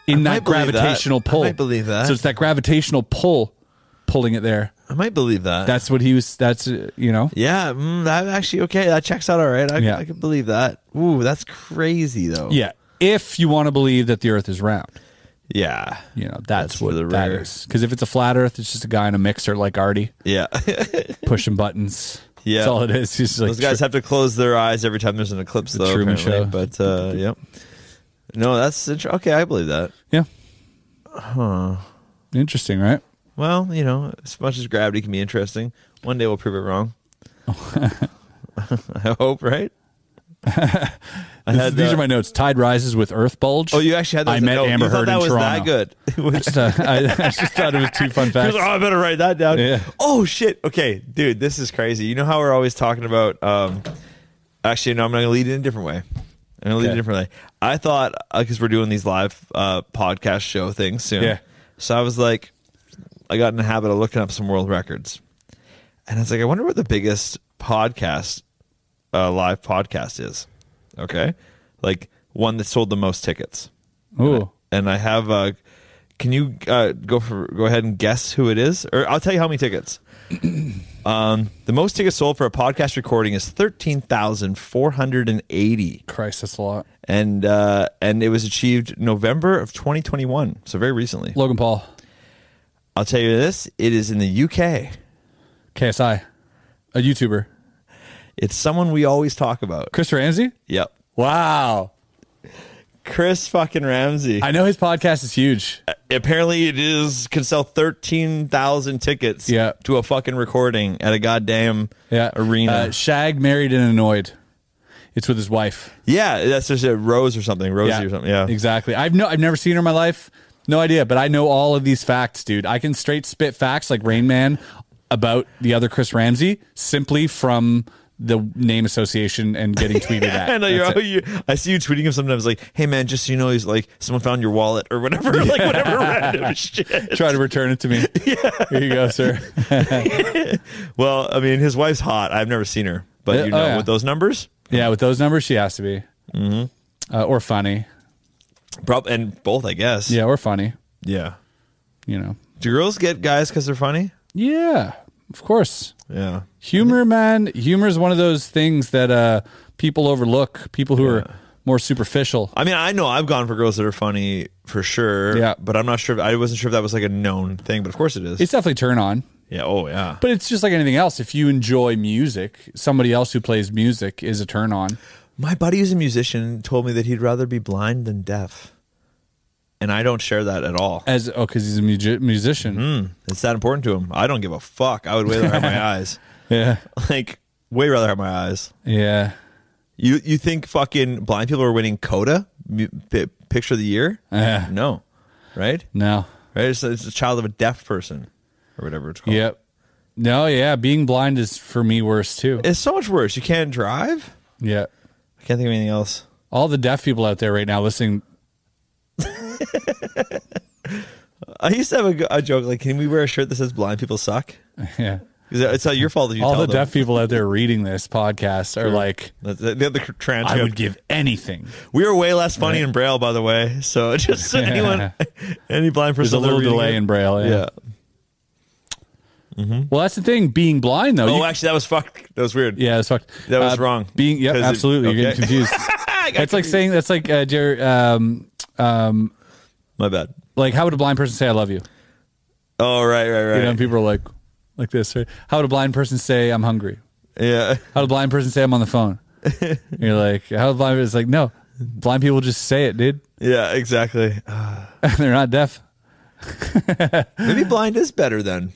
Speaker 2: In that
Speaker 3: I might believe that.
Speaker 2: gravitational pull.
Speaker 3: I might believe that.
Speaker 2: So it's that gravitational pull pulling it there.
Speaker 3: I might believe that.
Speaker 2: That's what he was that's uh, you know.
Speaker 3: yeah, mm, that actually okay. That checks out all right. I,
Speaker 2: Yeah.
Speaker 3: I can believe that. Ooh, that's crazy though.
Speaker 2: Yeah. If you want to believe that the earth is round.
Speaker 3: yeah,
Speaker 2: You know, that's,
Speaker 3: That's
Speaker 2: what
Speaker 3: for the
Speaker 2: that
Speaker 3: rare.
Speaker 2: is. Because if it's a flat earth, it's just a guy in a mixer like Artie
Speaker 3: yeah.
Speaker 2: pushing buttons.
Speaker 3: Yeah.
Speaker 2: That's all it is. He's just like
Speaker 3: Those guys
Speaker 2: tri-
Speaker 3: have to close their eyes every time there's an eclipse, though.
Speaker 2: Truman
Speaker 3: apparently.
Speaker 2: Show.
Speaker 3: But uh, yep. No, that's inter- okay. I believe that.
Speaker 2: Yeah. Huh. Interesting, right?
Speaker 3: Well, you know, as much as gravity can be interesting, one day we'll prove it wrong. I hope, right? I
Speaker 2: This-
Speaker 3: had,
Speaker 2: these
Speaker 3: uh,
Speaker 2: are my notes. Tide rises with Earth bulge.
Speaker 3: Oh, you actually had. Those
Speaker 2: I met
Speaker 3: no, you
Speaker 2: Amber
Speaker 3: thought
Speaker 2: Heard
Speaker 3: that
Speaker 2: in
Speaker 3: was
Speaker 2: Toronto.
Speaker 3: that good.
Speaker 2: I just, uh, I, I just thought it was two fun
Speaker 3: He was
Speaker 2: facts.
Speaker 3: like, oh, I better write that down.
Speaker 2: Yeah.
Speaker 3: Oh shit. Okay, dude, this is crazy. You know how we're always talking about? Um, actually, no, I'm going to lead it in a different way. I'm going to lead it in a
Speaker 2: Okay.
Speaker 3: different way. I thought because we're doing these live uh, podcast show things soon.
Speaker 2: Yeah.
Speaker 3: So I was like, I got in the habit of looking up some world records, and I was like, I wonder what the biggest podcast, uh, live podcast is. Okay, like one that sold the most tickets
Speaker 2: Ooh,
Speaker 3: and I have. Uh, can you uh, go for go ahead and guess who it is? Or I'll tell you how many tickets. um, the most tickets sold for a podcast recording is thirteen thousand four hundred and eighty,
Speaker 2: Christ, that's a lot.
Speaker 3: and uh, and it was achieved November of twenty twenty one, so very recently.
Speaker 2: Logan Paul,
Speaker 3: I'll tell you this: it is in the UK.
Speaker 2: KSI, a YouTuber,
Speaker 3: It's someone we always talk about.
Speaker 2: Chris Ramsey.
Speaker 3: Yep,
Speaker 2: Wow,
Speaker 3: Chris fucking Ramsey.
Speaker 2: I know his podcast is huge.
Speaker 3: apparently it is can sell 13,000 tickets
Speaker 2: Yeah.
Speaker 3: to a fucking recording at a goddamn
Speaker 2: Yeah,
Speaker 3: arena.
Speaker 2: Uh, Shag, married and annoyed. It's with his wife.
Speaker 3: yeah, that's just a Rose or something, Rosie or something. Yeah.
Speaker 2: exactly. I've no, I've never seen her in my life. No idea, but I know all of these facts, dude. I can straight spit facts like Rain Man about the other Chris Ramsey simply from the name association and getting tweeted at.
Speaker 3: I know you're,
Speaker 2: That's
Speaker 3: oh,
Speaker 2: it.
Speaker 3: you, I see you tweeting him sometimes, like, "Hey man, just so you know, he's like, someone found your wallet or whatever, like whatever random shit."
Speaker 2: Try to return it to me. Here you go, sir.
Speaker 3: Well, I mean, his wife's hot. I've never seen her, but
Speaker 2: Yeah,
Speaker 3: you know,
Speaker 2: oh, yeah.
Speaker 3: with those numbers,
Speaker 2: Yeah, with those numbers, she has to be. Mm-hmm. Uh, or funny.
Speaker 3: prob- and both, I guess.
Speaker 2: Yeah, or funny.
Speaker 3: yeah.
Speaker 2: You know.
Speaker 3: Do girls get guys because they're funny?
Speaker 2: Yeah, of course.
Speaker 3: Yeah.
Speaker 2: Humor, man. Humor is one of those things that uh, people overlook. People who are more superficial.
Speaker 3: I mean, I know I've gone for girls that are funny for sure.
Speaker 2: Yeah.
Speaker 3: But I'm not sure. If, I wasn't sure if that was like a known thing, but of course it is.
Speaker 2: It's definitely turn on.
Speaker 3: yeah. Oh, yeah.
Speaker 2: But it's just like anything else. If you enjoy music, somebody else who plays music is a turn on.
Speaker 3: My buddy who's a musician told me that he'd rather be blind than deaf. And I don't share that at all.
Speaker 2: As oh, because he's a mu- musician.
Speaker 3: Mm-hmm. It's that important to him. I don't give a fuck. I would way rather have my eyes.
Speaker 2: Yeah,
Speaker 3: Like, way rather have my eyes.
Speaker 2: yeah.
Speaker 3: You you think fucking blind people are winning Coda mu- pi Picture of the Year?
Speaker 2: Yeah.
Speaker 3: No. Right?
Speaker 2: No.
Speaker 3: Right? It's, it's a child of a deaf person or whatever it's called.
Speaker 2: Yep. No. Yeah. Being blind is for me worse too.
Speaker 3: It's so much worse. You can't drive?
Speaker 2: Yeah.
Speaker 3: I can't think of anything else.
Speaker 2: All the deaf people out there right now listening.
Speaker 3: I used to have a, go- a joke like, can we wear a shirt that says blind people suck?
Speaker 2: Yeah.
Speaker 3: 'Cause It's not your fault that you
Speaker 2: All
Speaker 3: tell
Speaker 2: the
Speaker 3: them.
Speaker 2: deaf people out there reading this podcast are like,
Speaker 3: The, the, the other transcript.
Speaker 2: I would give anything.
Speaker 3: we are way less funny in braille, by the way. So just so anyone, any blind
Speaker 2: There's
Speaker 3: person,
Speaker 2: a little
Speaker 3: reading
Speaker 2: delay
Speaker 3: it-
Speaker 2: in braille. Yeah.
Speaker 3: Yeah.
Speaker 2: Well, that's the thing. Being blind though.
Speaker 3: Oh,
Speaker 2: you-
Speaker 3: actually, that was fucked. That was weird.
Speaker 2: yeah, that's fucked. Uh,
Speaker 3: That was wrong.
Speaker 2: Being. Yeah.
Speaker 3: 'Cause it-
Speaker 2: Absolutely. You're getting
Speaker 3: okay.
Speaker 2: confused.
Speaker 3: I got
Speaker 2: That's like
Speaker 3: confused.
Speaker 2: saying that's like uh, Jer- um,
Speaker 3: My bad.
Speaker 2: like how would a blind person say I love you?
Speaker 3: Oh, right, right, right.
Speaker 2: You know, and people are like like this. Right? How would a blind person say I'm hungry?
Speaker 3: yeah.
Speaker 2: How would a blind person say I'm on the phone? You're like how would a blind it's like no, blind people just say it, dude.
Speaker 3: Yeah, exactly.
Speaker 2: They're not deaf.
Speaker 3: Maybe blind is better then.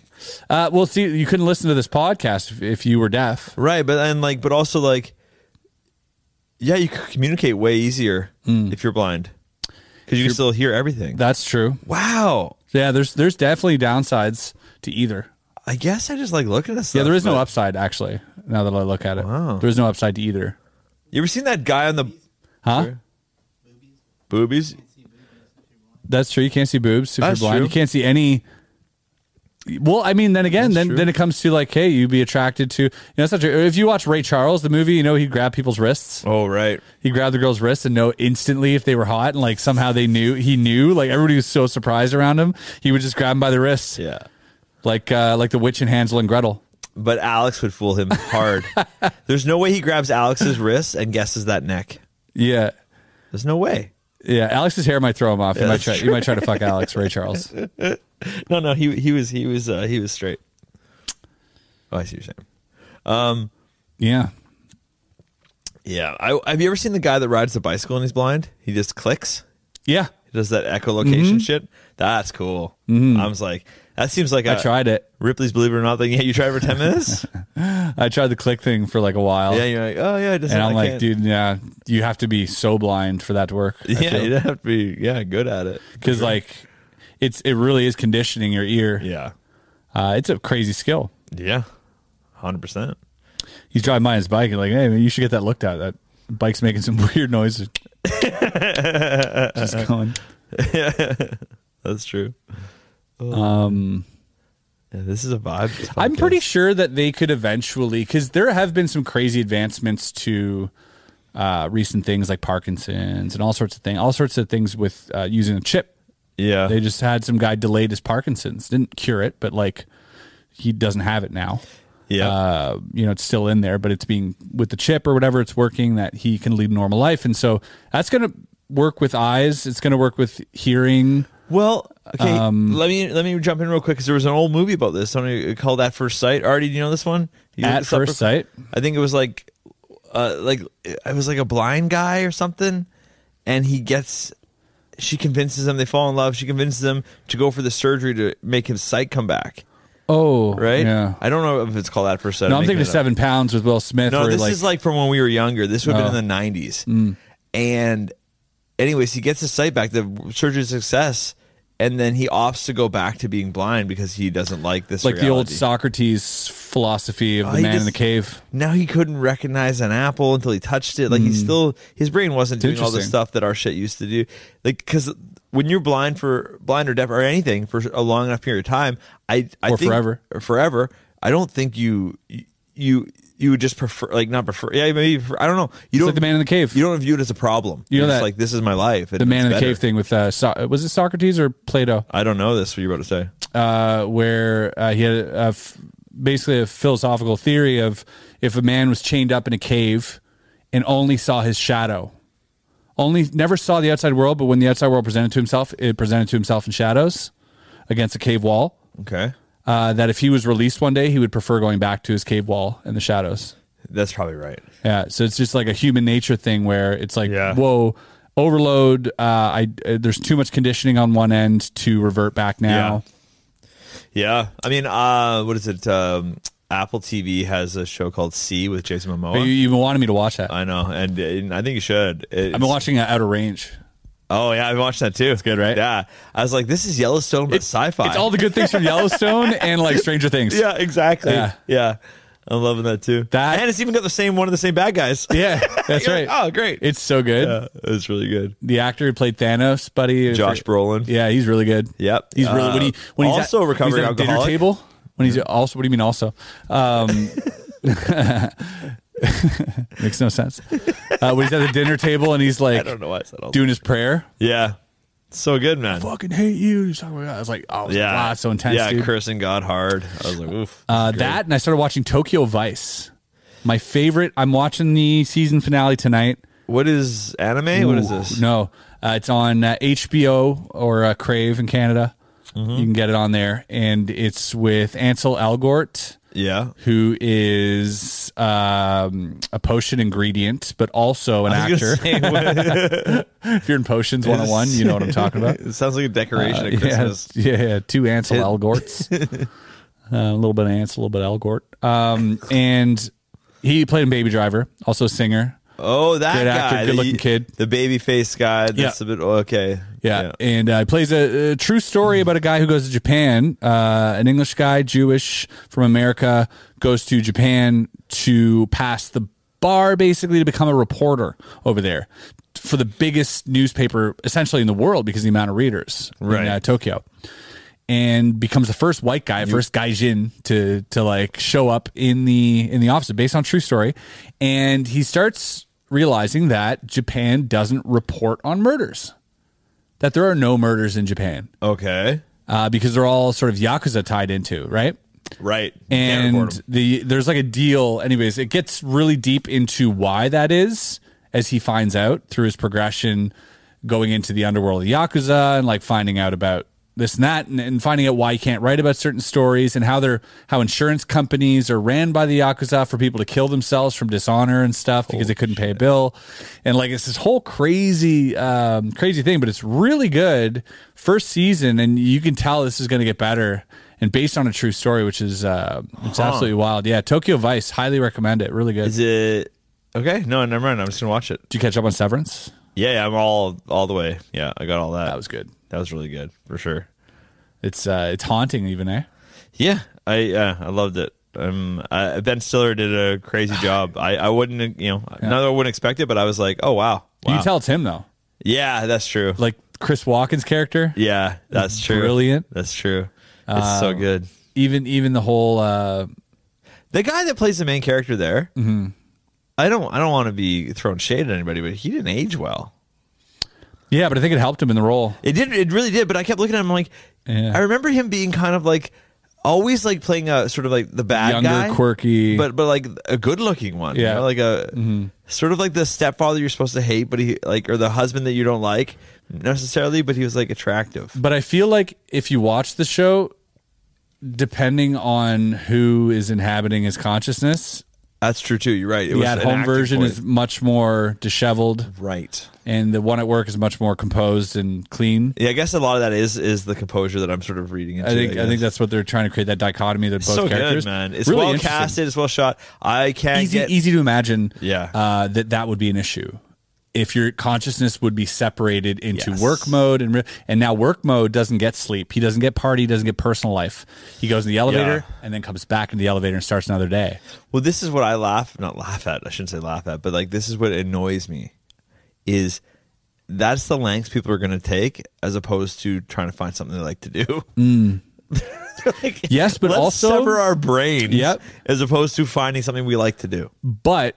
Speaker 2: Uh, well, see, you couldn't listen to this podcast if, if you were deaf.
Speaker 3: Right, but and like, but also like, yeah, you could communicate way easier
Speaker 2: Mm.
Speaker 3: if you're blind because you can still hear everything.
Speaker 2: That's true.
Speaker 3: wow,
Speaker 2: Yeah, there's there's definitely downsides to either.
Speaker 3: I guess I just like looking at stuff.
Speaker 2: Yeah, there is no
Speaker 3: Oh, but-
Speaker 2: upside actually. Now that I look at it, there is no upside to either.
Speaker 3: You ever seen that guy on the
Speaker 2: Huh?
Speaker 3: boobies?
Speaker 2: That's true. You can't see boobs if
Speaker 3: That's
Speaker 2: you're blind.
Speaker 3: true.
Speaker 2: You can't see any. Well, I mean, then again, then then it comes to like, hey, you'd be attracted to. You know, it's not true. If you watch Ray Charles the movie, you know he'd grab people's wrists.
Speaker 3: Oh, right.
Speaker 2: He grabbed the girl's wrists and know instantly if they were hot, and like somehow they knew. He knew. Like everybody was so surprised around him. He would just grab them by the wrists.
Speaker 3: Yeah.
Speaker 2: Like uh, like the witch in Hansel and Gretel.
Speaker 3: But Alex would fool him hard. There's no way he grabs Alex's wrist and guesses that neck.
Speaker 2: Yeah.
Speaker 3: There's no way.
Speaker 2: Yeah, Alex's hair might throw him off.
Speaker 3: Yeah,
Speaker 2: you might
Speaker 3: that's
Speaker 2: try.
Speaker 3: true.
Speaker 2: You might try to fuck Alex Ray Charles.
Speaker 3: no, no, he he was he was uh, he was straight. Oh, I see what you're saying. Um,
Speaker 2: yeah,
Speaker 3: yeah. I, have you ever seen the guy that rides the bicycle and he's blind? He just clicks.
Speaker 2: Yeah,
Speaker 3: he does that echolocation
Speaker 2: Mhm.
Speaker 3: shit. That's cool.
Speaker 2: Mhm.
Speaker 3: I was like, that seems like
Speaker 2: I
Speaker 3: a-
Speaker 2: tried it.
Speaker 3: Ripley's Believe Mm-hmm. It or Not thing. Yeah, you tried it for ten minutes.
Speaker 2: I tried the click thing for like a while.
Speaker 3: Yeah, you're like, oh, yeah, it doesn't-
Speaker 2: and I'm
Speaker 3: I
Speaker 2: like,
Speaker 3: can't-
Speaker 2: dude, yeah, you have to be so blind for that to work.
Speaker 3: Yeah, you'd have to be yeah good at it
Speaker 2: because like it's it really is conditioning your ear.
Speaker 3: Yeah,
Speaker 2: uh, it's a crazy skill.
Speaker 3: yeah, hundred percent.
Speaker 2: He's driving by his bike and like, hey, man, you should get that looked at. That bike's making some weird noises. Just going.
Speaker 3: That's true. Oh.
Speaker 2: Um,
Speaker 3: this is a vibe. this
Speaker 2: I'm
Speaker 3: podcast.
Speaker 2: pretty sure that they could eventually, because there have been some crazy advancements to uh, recent things like Parkinson's and all sorts of things, all sorts of things with uh, using a chip.
Speaker 3: Yeah,
Speaker 2: they just had some guy delayed his Parkinson's, didn't cure it, but like he doesn't have it now.
Speaker 3: Yeah,
Speaker 2: uh, you know it's still in there, but it's being with the chip or whatever it's working that he can lead a normal life, and so that's gonna work with eyes. It's gonna work with hearing.
Speaker 3: Well, Okay,
Speaker 2: Um,
Speaker 3: let me let me jump in real quick because there was an old movie about this. Somebody called At First Sight. Artie, do you know this one? You
Speaker 2: At
Speaker 3: looked this up
Speaker 2: First
Speaker 3: real-
Speaker 2: Sight?
Speaker 3: I think it was like, uh, like it was like a blind guy or something, and he gets. She convinces him they fall in love. She convinces him to go for the surgery to make his sight come back.
Speaker 2: Oh,
Speaker 3: Right?
Speaker 2: Yeah.
Speaker 3: I don't know if it's called At First Sight.
Speaker 2: No, I'm
Speaker 3: making
Speaker 2: thinking of
Speaker 3: it up.
Speaker 2: Seven Pounds with Will Smith.
Speaker 3: No,
Speaker 2: or
Speaker 3: this
Speaker 2: like,
Speaker 3: is like from when we were younger. This would have
Speaker 2: Oh.
Speaker 3: been in the '90s.
Speaker 2: Mm.
Speaker 3: And, anyways, he gets his sight back. The surgery's a success, and then he opts to go back to being blind because he doesn't like this.
Speaker 2: like the old
Speaker 3: reality.
Speaker 2: Socrates philosophy of
Speaker 3: Oh,
Speaker 2: the
Speaker 3: he
Speaker 2: man in
Speaker 3: just-
Speaker 2: the cave.
Speaker 3: Now he couldn't recognize an apple until he touched it. Like he
Speaker 2: Mm.
Speaker 3: still his brain
Speaker 2: It's
Speaker 3: wasn't doing all the
Speaker 2: interesting.
Speaker 3: stuff that our shit used to do. Like because when you're blind for blind or deaf or anything for a long enough period of time, I I
Speaker 2: Or
Speaker 3: think-
Speaker 2: forever.
Speaker 3: or forever. I don't think you you you would just prefer like not prefer. Yeah, maybe prefer, I don't know. You don't
Speaker 2: like the man in the cave.
Speaker 3: You don't view it as a problem.
Speaker 2: You know
Speaker 3: You're just
Speaker 2: that-
Speaker 3: like this is my life. and
Speaker 2: the man
Speaker 3: it's
Speaker 2: in the
Speaker 3: better.
Speaker 2: cave thing with uh, so- was it Socrates or Plato?
Speaker 3: I don't know this. What you're about to say?
Speaker 2: uh, where uh, he had a, a f- basically a philosophical theory of if a man was chained up in a cave and only saw his shadow, only never saw the outside world, but when the outside world presented to himself, it presented to himself in shadows against a cave wall.
Speaker 3: Okay,
Speaker 2: Uh, that if he was released one day, he would prefer going back to his cave wall and the shadows.
Speaker 3: that's probably right.
Speaker 2: Yeah, so it's just like a human nature thing where it's like, whoa, overload. Uh, I uh, there's too much conditioning on one end to revert back now.
Speaker 3: Yeah, I mean, uh, what is it? Um, Apple TV has a show called C with Jason Momoa.
Speaker 2: But you, you wanted me to watch that.
Speaker 3: I know, and, and I think you should.
Speaker 2: I've been watching uh, Outer Range.
Speaker 3: Oh yeah, I watched that too. It's good, right? Yeah, I was like, this is Yellowstone, but sci-fi.
Speaker 2: It's all the good things from Yellowstone and like Stranger Things.
Speaker 3: yeah, exactly.
Speaker 2: Yeah.
Speaker 3: Yeah. I'm loving that too. That and it's even got the same one of the same bad guys.
Speaker 2: Yeah, that's
Speaker 3: You're like,
Speaker 2: right.
Speaker 3: oh, great.
Speaker 2: It's so good.
Speaker 3: yeah, it's really good.
Speaker 2: The actor who played Thanos, buddy,
Speaker 3: Josh Brolin.
Speaker 2: Yeah, he's really good.
Speaker 3: Yep. Uh,
Speaker 2: He's really when he when he's at-
Speaker 3: also
Speaker 2: when he's
Speaker 3: recovering
Speaker 2: at a dinner
Speaker 3: alcoholic.
Speaker 2: table when he's also. What do you mean also? Um, makes no sense. Uh, when he's at the dinner table and he's like,
Speaker 3: I don't know why I said all
Speaker 2: doing his prayer.
Speaker 3: Yeah, so good, man.
Speaker 2: Fucking hate you. He's talking about that. I was like, oh, yeah,
Speaker 3: yeah,
Speaker 2: so intense.
Speaker 3: Yeah,
Speaker 2: dude.
Speaker 3: cursing God hard. I was like, oof.
Speaker 2: Uh,
Speaker 3: Great.
Speaker 2: that and I started watching Tokyo Vice. My favorite. I'm watching the season finale tonight.
Speaker 3: What is anime? What is
Speaker 2: Ooh,
Speaker 3: this?
Speaker 2: No, uh, it's on uh, HBO or uh, Crave in Canada.
Speaker 3: Mm-hmm.
Speaker 2: You can get it on there, and it's with Ansel Elgort,
Speaker 3: Yeah,
Speaker 2: who is um, a potion ingredient, but also an
Speaker 3: I was
Speaker 2: actor.
Speaker 3: gonna say, what-
Speaker 2: if you're in potions 101, you know what I'm talking about.
Speaker 3: It sounds like a decoration
Speaker 2: Uh,
Speaker 3: at Christmas.
Speaker 2: Yeah, yeah, yeah, two Ansel
Speaker 3: It-
Speaker 2: Elgorts. uh, a little bit of Ansel, a little bit Elgort. Um, and he played in Baby Driver, also a singer.
Speaker 3: Oh, that
Speaker 2: Good
Speaker 3: guy,
Speaker 2: actor,
Speaker 3: the-
Speaker 2: good-looking kid.
Speaker 3: the baby face guy. That's a bit oh, okay.
Speaker 2: Yeah. And uh, he plays a, a true story about a guy who goes to Japan, uh, an English guy, Jewish from America, goes to Japan to pass the bar basically to become a reporter over there for the biggest newspaper essentially in the world because of the amount of readers
Speaker 3: Right.
Speaker 2: in uh, Tokyo. And becomes the first white guy, first gaijin to to like show up in the in the office based on true story, and he starts realizing that Japan doesn't report on murders, that there are no murders in Japan.
Speaker 3: Okay,
Speaker 2: uh, because they're all sort of yakuza tied into right.
Speaker 3: Right. Can't report
Speaker 2: And
Speaker 3: 'em.
Speaker 2: the there's like a deal. Anyways, it gets really deep into why that is as he finds out through his progression going into the underworld of Yakuza and like finding out about this and that and, and finding out why you can't write about certain stories and how they're how insurance companies are ran by the Yakuza for people to kill themselves from dishonor and stuff because they couldn't pay a bill. And like it's this whole crazy um crazy thing, but it's really good first season and you can tell this is gonna get better and based on a true story, which is uh, it's
Speaker 3: Huh.
Speaker 2: absolutely wild. Yeah, Tokyo Vice, highly recommend it. Really good. Is
Speaker 3: it okay? No, never mind. I'm just gonna watch it.
Speaker 2: Do you catch up on Severance?
Speaker 3: Yeah, yeah, I'm all all the way. Yeah, I got all that. That
Speaker 2: was good.
Speaker 3: That was really good for sure.
Speaker 2: It's uh, it's haunting, even eh?
Speaker 3: Yeah, I uh, I loved it. Um, I, Ben Stiller did a crazy job. I, I wouldn't, you know, not that I wouldn't expect it, but I was like, oh wow,
Speaker 2: You
Speaker 3: wow.
Speaker 2: can tell it's him though,
Speaker 3: Yeah, that's true.
Speaker 2: like Chris Walken's character.
Speaker 3: yeah, that's
Speaker 2: It's
Speaker 3: true.
Speaker 2: brilliant.
Speaker 3: That's true. It's so
Speaker 2: Um,
Speaker 3: good.
Speaker 2: Even even the whole uh,
Speaker 3: The guy that plays the main character there,
Speaker 2: Mm-hmm.
Speaker 3: I don't I don't want to be throwing shade at anybody, but he didn't age well.
Speaker 2: yeah, but I think it helped him in the role.
Speaker 3: It did. It really did. But I kept looking at him like, I remember him being kind of like always like playing a sort of like the bad
Speaker 2: Younger,
Speaker 3: guy,
Speaker 2: quirky.
Speaker 3: but but like a good looking one. you
Speaker 2: Yeah. Mm-hmm.
Speaker 3: know, like a sort of like the stepfather you're supposed to hate, but he like or the husband that you don't like necessarily, but he was like attractive.
Speaker 2: But I feel like if you watch the show, depending on who is inhabiting his consciousness,
Speaker 3: That's true too. You're right. It
Speaker 2: the
Speaker 3: was an
Speaker 2: at-home
Speaker 3: acting
Speaker 2: version
Speaker 3: point.
Speaker 2: is much more disheveled,
Speaker 3: right?
Speaker 2: And the one at work is much more composed and clean.
Speaker 3: Yeah, I guess a lot of that is is the composure that I'm sort of reading. Into,
Speaker 2: I think I
Speaker 3: guess.
Speaker 2: think that's what they're trying to create that dichotomy that both
Speaker 3: so
Speaker 2: characters.
Speaker 3: good, man. It's
Speaker 2: Really
Speaker 3: well
Speaker 2: interesting.
Speaker 3: casted. It's well shot. I can't
Speaker 2: Easy
Speaker 3: get
Speaker 2: easy to imagine.
Speaker 3: Yeah.
Speaker 2: uh, that that would be an issue if your consciousness would be separated into
Speaker 3: Yes.
Speaker 2: work mode and re- and now work mode doesn't get sleep. He doesn't get party. Doesn't get personal life. He goes in the elevator and then comes back into the elevator and starts another day.
Speaker 3: Well, this is what I laugh, not laugh at, I shouldn't say laugh at, but like this is what annoys me is that's the lengths people are going to take as opposed to trying to find something they like to do. Mm.
Speaker 2: Yes, but
Speaker 3: Let's
Speaker 2: also
Speaker 3: sever our brains
Speaker 2: Yep.
Speaker 3: as opposed to finding something we like to do.
Speaker 2: but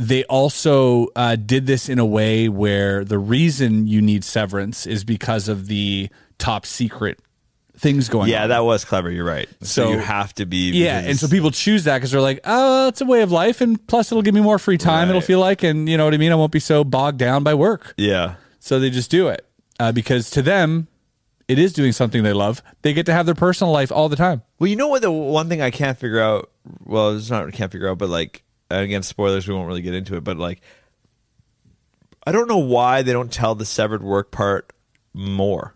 Speaker 2: they also uh, did this in a way where the reason you need severance is because of the top secret things going
Speaker 3: yeah,
Speaker 2: on.
Speaker 3: that was clever. You're right. So,
Speaker 2: So-
Speaker 3: you have to be.
Speaker 2: yeah,
Speaker 3: because-
Speaker 2: and so people choose that because they're like, oh, it's a way of life, and plus it'll give me more free time. It'll
Speaker 3: Right.
Speaker 2: feel like, and you know what I mean. I won't be so bogged down by work.
Speaker 3: Yeah.
Speaker 2: So they just do it uh, because to them, it is doing something they love. They get to have their personal life all the time.
Speaker 3: Well, you know what? The one thing I can't figure out. Well, it's not can't figure out, but like and again, spoilers. We won't really get into it, but like, I don't know why they don't tell the severed work part more.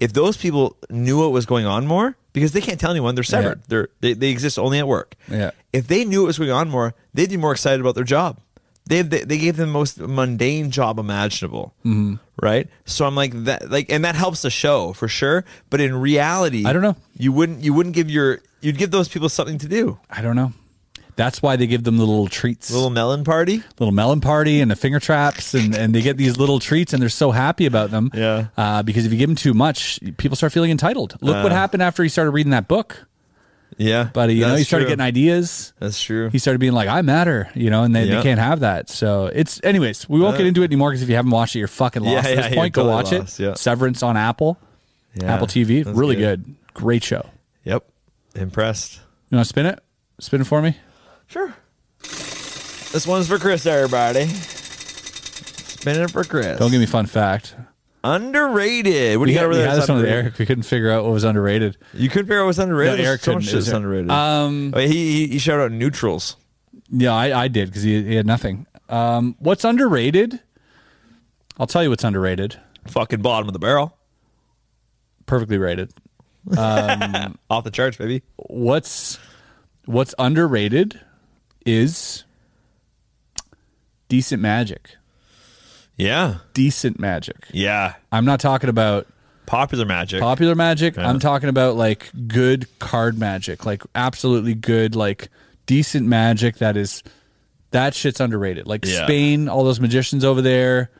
Speaker 3: If those people knew what was going on more, because they can't tell anyone, they're severed.
Speaker 2: Yeah.
Speaker 3: They're they, they exist only at work.
Speaker 2: Yeah.
Speaker 3: If they knew what was going on more, they'd be more excited about their job. They they, they gave them the most mundane job imaginable. Mm-hmm. Right, so I'm like that, like, and that helps the show for sure. But in reality,
Speaker 2: I don't know.
Speaker 3: you wouldn't you wouldn't give your you'd give those people something to do
Speaker 2: I don't know. That's why they give them the little treats.
Speaker 3: little melon party
Speaker 2: little melon party and the finger traps and, and they get these little treats and they're so happy about them
Speaker 3: Yeah.
Speaker 2: uh, because if you give them too much people start feeling entitled look what
Speaker 3: Uh.
Speaker 2: happened after he started reading that book
Speaker 3: yeah
Speaker 2: buddy you know
Speaker 3: that's
Speaker 2: he started
Speaker 3: true.
Speaker 2: getting ideas
Speaker 3: that's true
Speaker 2: he started being like i matter you know and they,
Speaker 3: Yeah.
Speaker 2: they can't have that so it's anyways we won't
Speaker 3: Uh.
Speaker 2: get into it anymore because if you haven't watched it you're fucking lost
Speaker 3: Yeah,
Speaker 2: at this
Speaker 3: yeah, you're
Speaker 2: point go
Speaker 3: totally
Speaker 2: watch
Speaker 3: lost,
Speaker 2: it
Speaker 3: yeah.
Speaker 2: severance on apple
Speaker 3: Yeah,
Speaker 2: apple tv
Speaker 3: that's
Speaker 2: really
Speaker 3: good.
Speaker 2: good. great show
Speaker 3: yep impressed
Speaker 2: you want to spin it spin it for me
Speaker 3: sure this one's for chris everybody spin it for chris
Speaker 2: don't give me fun fact
Speaker 3: underrated what do
Speaker 2: we
Speaker 3: you got
Speaker 2: had,
Speaker 3: over
Speaker 2: we
Speaker 3: there
Speaker 2: had
Speaker 3: that's
Speaker 2: this one with
Speaker 3: underrated?
Speaker 2: Eric. We couldn't figure out what was underrated.
Speaker 3: you couldn't figure out what's underrated
Speaker 2: No,
Speaker 3: There's
Speaker 2: Eric
Speaker 3: so
Speaker 2: couldn't.
Speaker 3: much
Speaker 2: It
Speaker 3: shit
Speaker 2: was
Speaker 3: that's
Speaker 2: Eric.
Speaker 3: underrated
Speaker 2: Um,
Speaker 3: Oh, he, he he shouted out neutrals
Speaker 2: Yeah, I, I did because he, he had nothing. Um, what's underrated? I'll tell you what's underrated.
Speaker 3: fucking bottom of the barrel
Speaker 2: Perfectly rated.
Speaker 3: off the charts baby
Speaker 2: What's what's underrated is decent magic.
Speaker 3: yeah
Speaker 2: Decent magic.
Speaker 3: yeah
Speaker 2: I'm not talking about
Speaker 3: popular magic
Speaker 2: popular magic.
Speaker 3: Yeah.
Speaker 2: I'm talking about like good card magic, like absolutely good, like decent magic that is That shit's underrated. Like
Speaker 3: Yeah.
Speaker 2: Spain, all those magicians over there,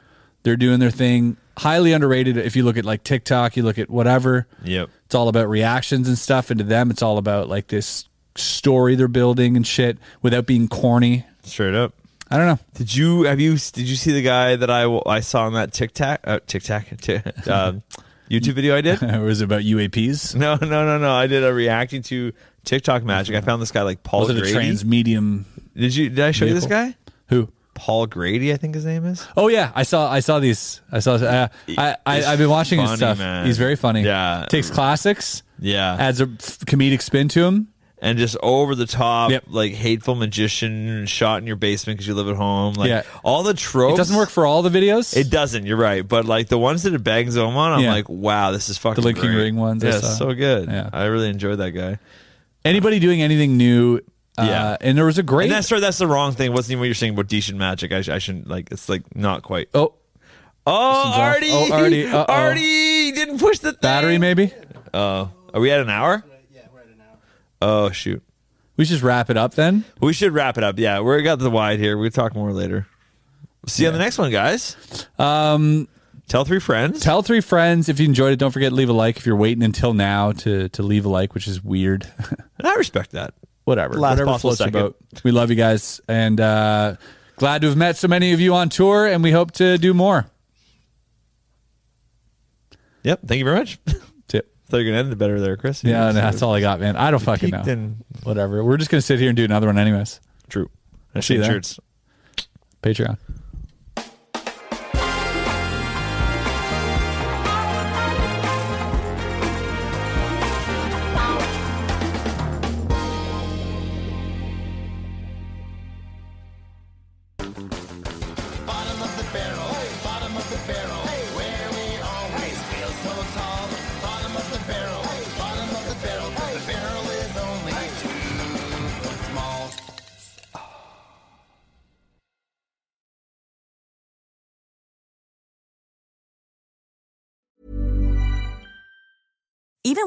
Speaker 2: they're doing their thing. Highly underrated. If you look at like TikTok, you look at whatever.
Speaker 3: Yep.
Speaker 2: It's all about reactions and stuff. And to them, it's all about like this story they're building and shit without being corny.
Speaker 3: Straight up.
Speaker 2: I don't know.
Speaker 3: Did you have you did you see the guy that I, I saw on that TikTok uh, TikTok t- um, YouTube video I did?
Speaker 2: was it about UAPs?
Speaker 3: No, no, no, no. I did a reacting to TikTok magic. I found this guy like Paul
Speaker 2: was it
Speaker 3: Grady.
Speaker 2: a transmedium?
Speaker 3: did you did I show you this
Speaker 2: vehicle?
Speaker 3: guy?
Speaker 2: Who?
Speaker 3: Paul Grady, I think his name is.
Speaker 2: Oh yeah, I saw I saw these. I saw. Uh, I, I
Speaker 3: He's
Speaker 2: I've been watching
Speaker 3: funny,
Speaker 2: his stuff.
Speaker 3: man.
Speaker 2: He's very funny.
Speaker 3: Yeah.
Speaker 2: takes classics,
Speaker 3: Yeah.
Speaker 2: adds a f- comedic spin to him.
Speaker 3: and just over the top,
Speaker 2: Yep.
Speaker 3: like hateful magician shot in your basement because you live at home. Like
Speaker 2: Yeah.
Speaker 3: all the tropes.
Speaker 2: It doesn't work for all the videos.
Speaker 3: It doesn't. You're right. But like the ones that it bangs home on, I'm
Speaker 2: Yeah.
Speaker 3: like, wow, this is fucking
Speaker 2: The Linking
Speaker 3: great.
Speaker 2: Ring ones I
Speaker 3: Yeah,
Speaker 2: saw.
Speaker 3: so good.
Speaker 2: Yeah.
Speaker 3: I really enjoyed that guy.
Speaker 2: Anybody doing anything new? Uh,
Speaker 3: Yeah.
Speaker 2: and there was a great.
Speaker 3: And that's sorry, that's the wrong thing. Wasn't even what you're saying about decent magic. I, sh- I shouldn't like. It's like not quite.
Speaker 2: oh,
Speaker 3: Oh,
Speaker 2: off.
Speaker 3: Artie!
Speaker 2: Oh, Artie. Uh-oh.
Speaker 3: Artie didn't push the thing.
Speaker 2: battery maybe.
Speaker 3: Oh, are we at an hour? Yeah, we're at an hour. Oh shoot.
Speaker 2: We should just wrap it up then.
Speaker 3: We should wrap it up. Yeah, we got the wide here. We'll talk more later. We'll see you on the next one, guys.
Speaker 2: Um,
Speaker 3: Tell three friends.
Speaker 2: tell three friends if you enjoyed it. Don't forget to leave a like if you're waiting until now to to leave a like, which is weird.
Speaker 3: and I respect that.
Speaker 2: whatever.
Speaker 3: Last
Speaker 2: whatever
Speaker 3: possible
Speaker 2: floats your
Speaker 3: second.
Speaker 2: boat. We love you guys, and uh, glad to have met so many of you on tour, and we hope to do more.
Speaker 3: Yep. Thank you very much.
Speaker 2: Tip.
Speaker 3: Thought you were gonna end it better there, Chris.
Speaker 2: Yeah, no, that's all I got, man. I don't fucking know.
Speaker 3: peaked and-
Speaker 2: Whatever. We're just gonna sit here and do another one, anyways.
Speaker 3: True. I
Speaker 2: see
Speaker 3: see
Speaker 2: you there.
Speaker 3: shirts.
Speaker 2: Patreon.
Speaker 1: Bottom of the barrel, bottom of the barrel, where we always feel so tall. Bottom of the barrel, bottom of the barrel, the barrel is only two foot small.
Speaker 7: Even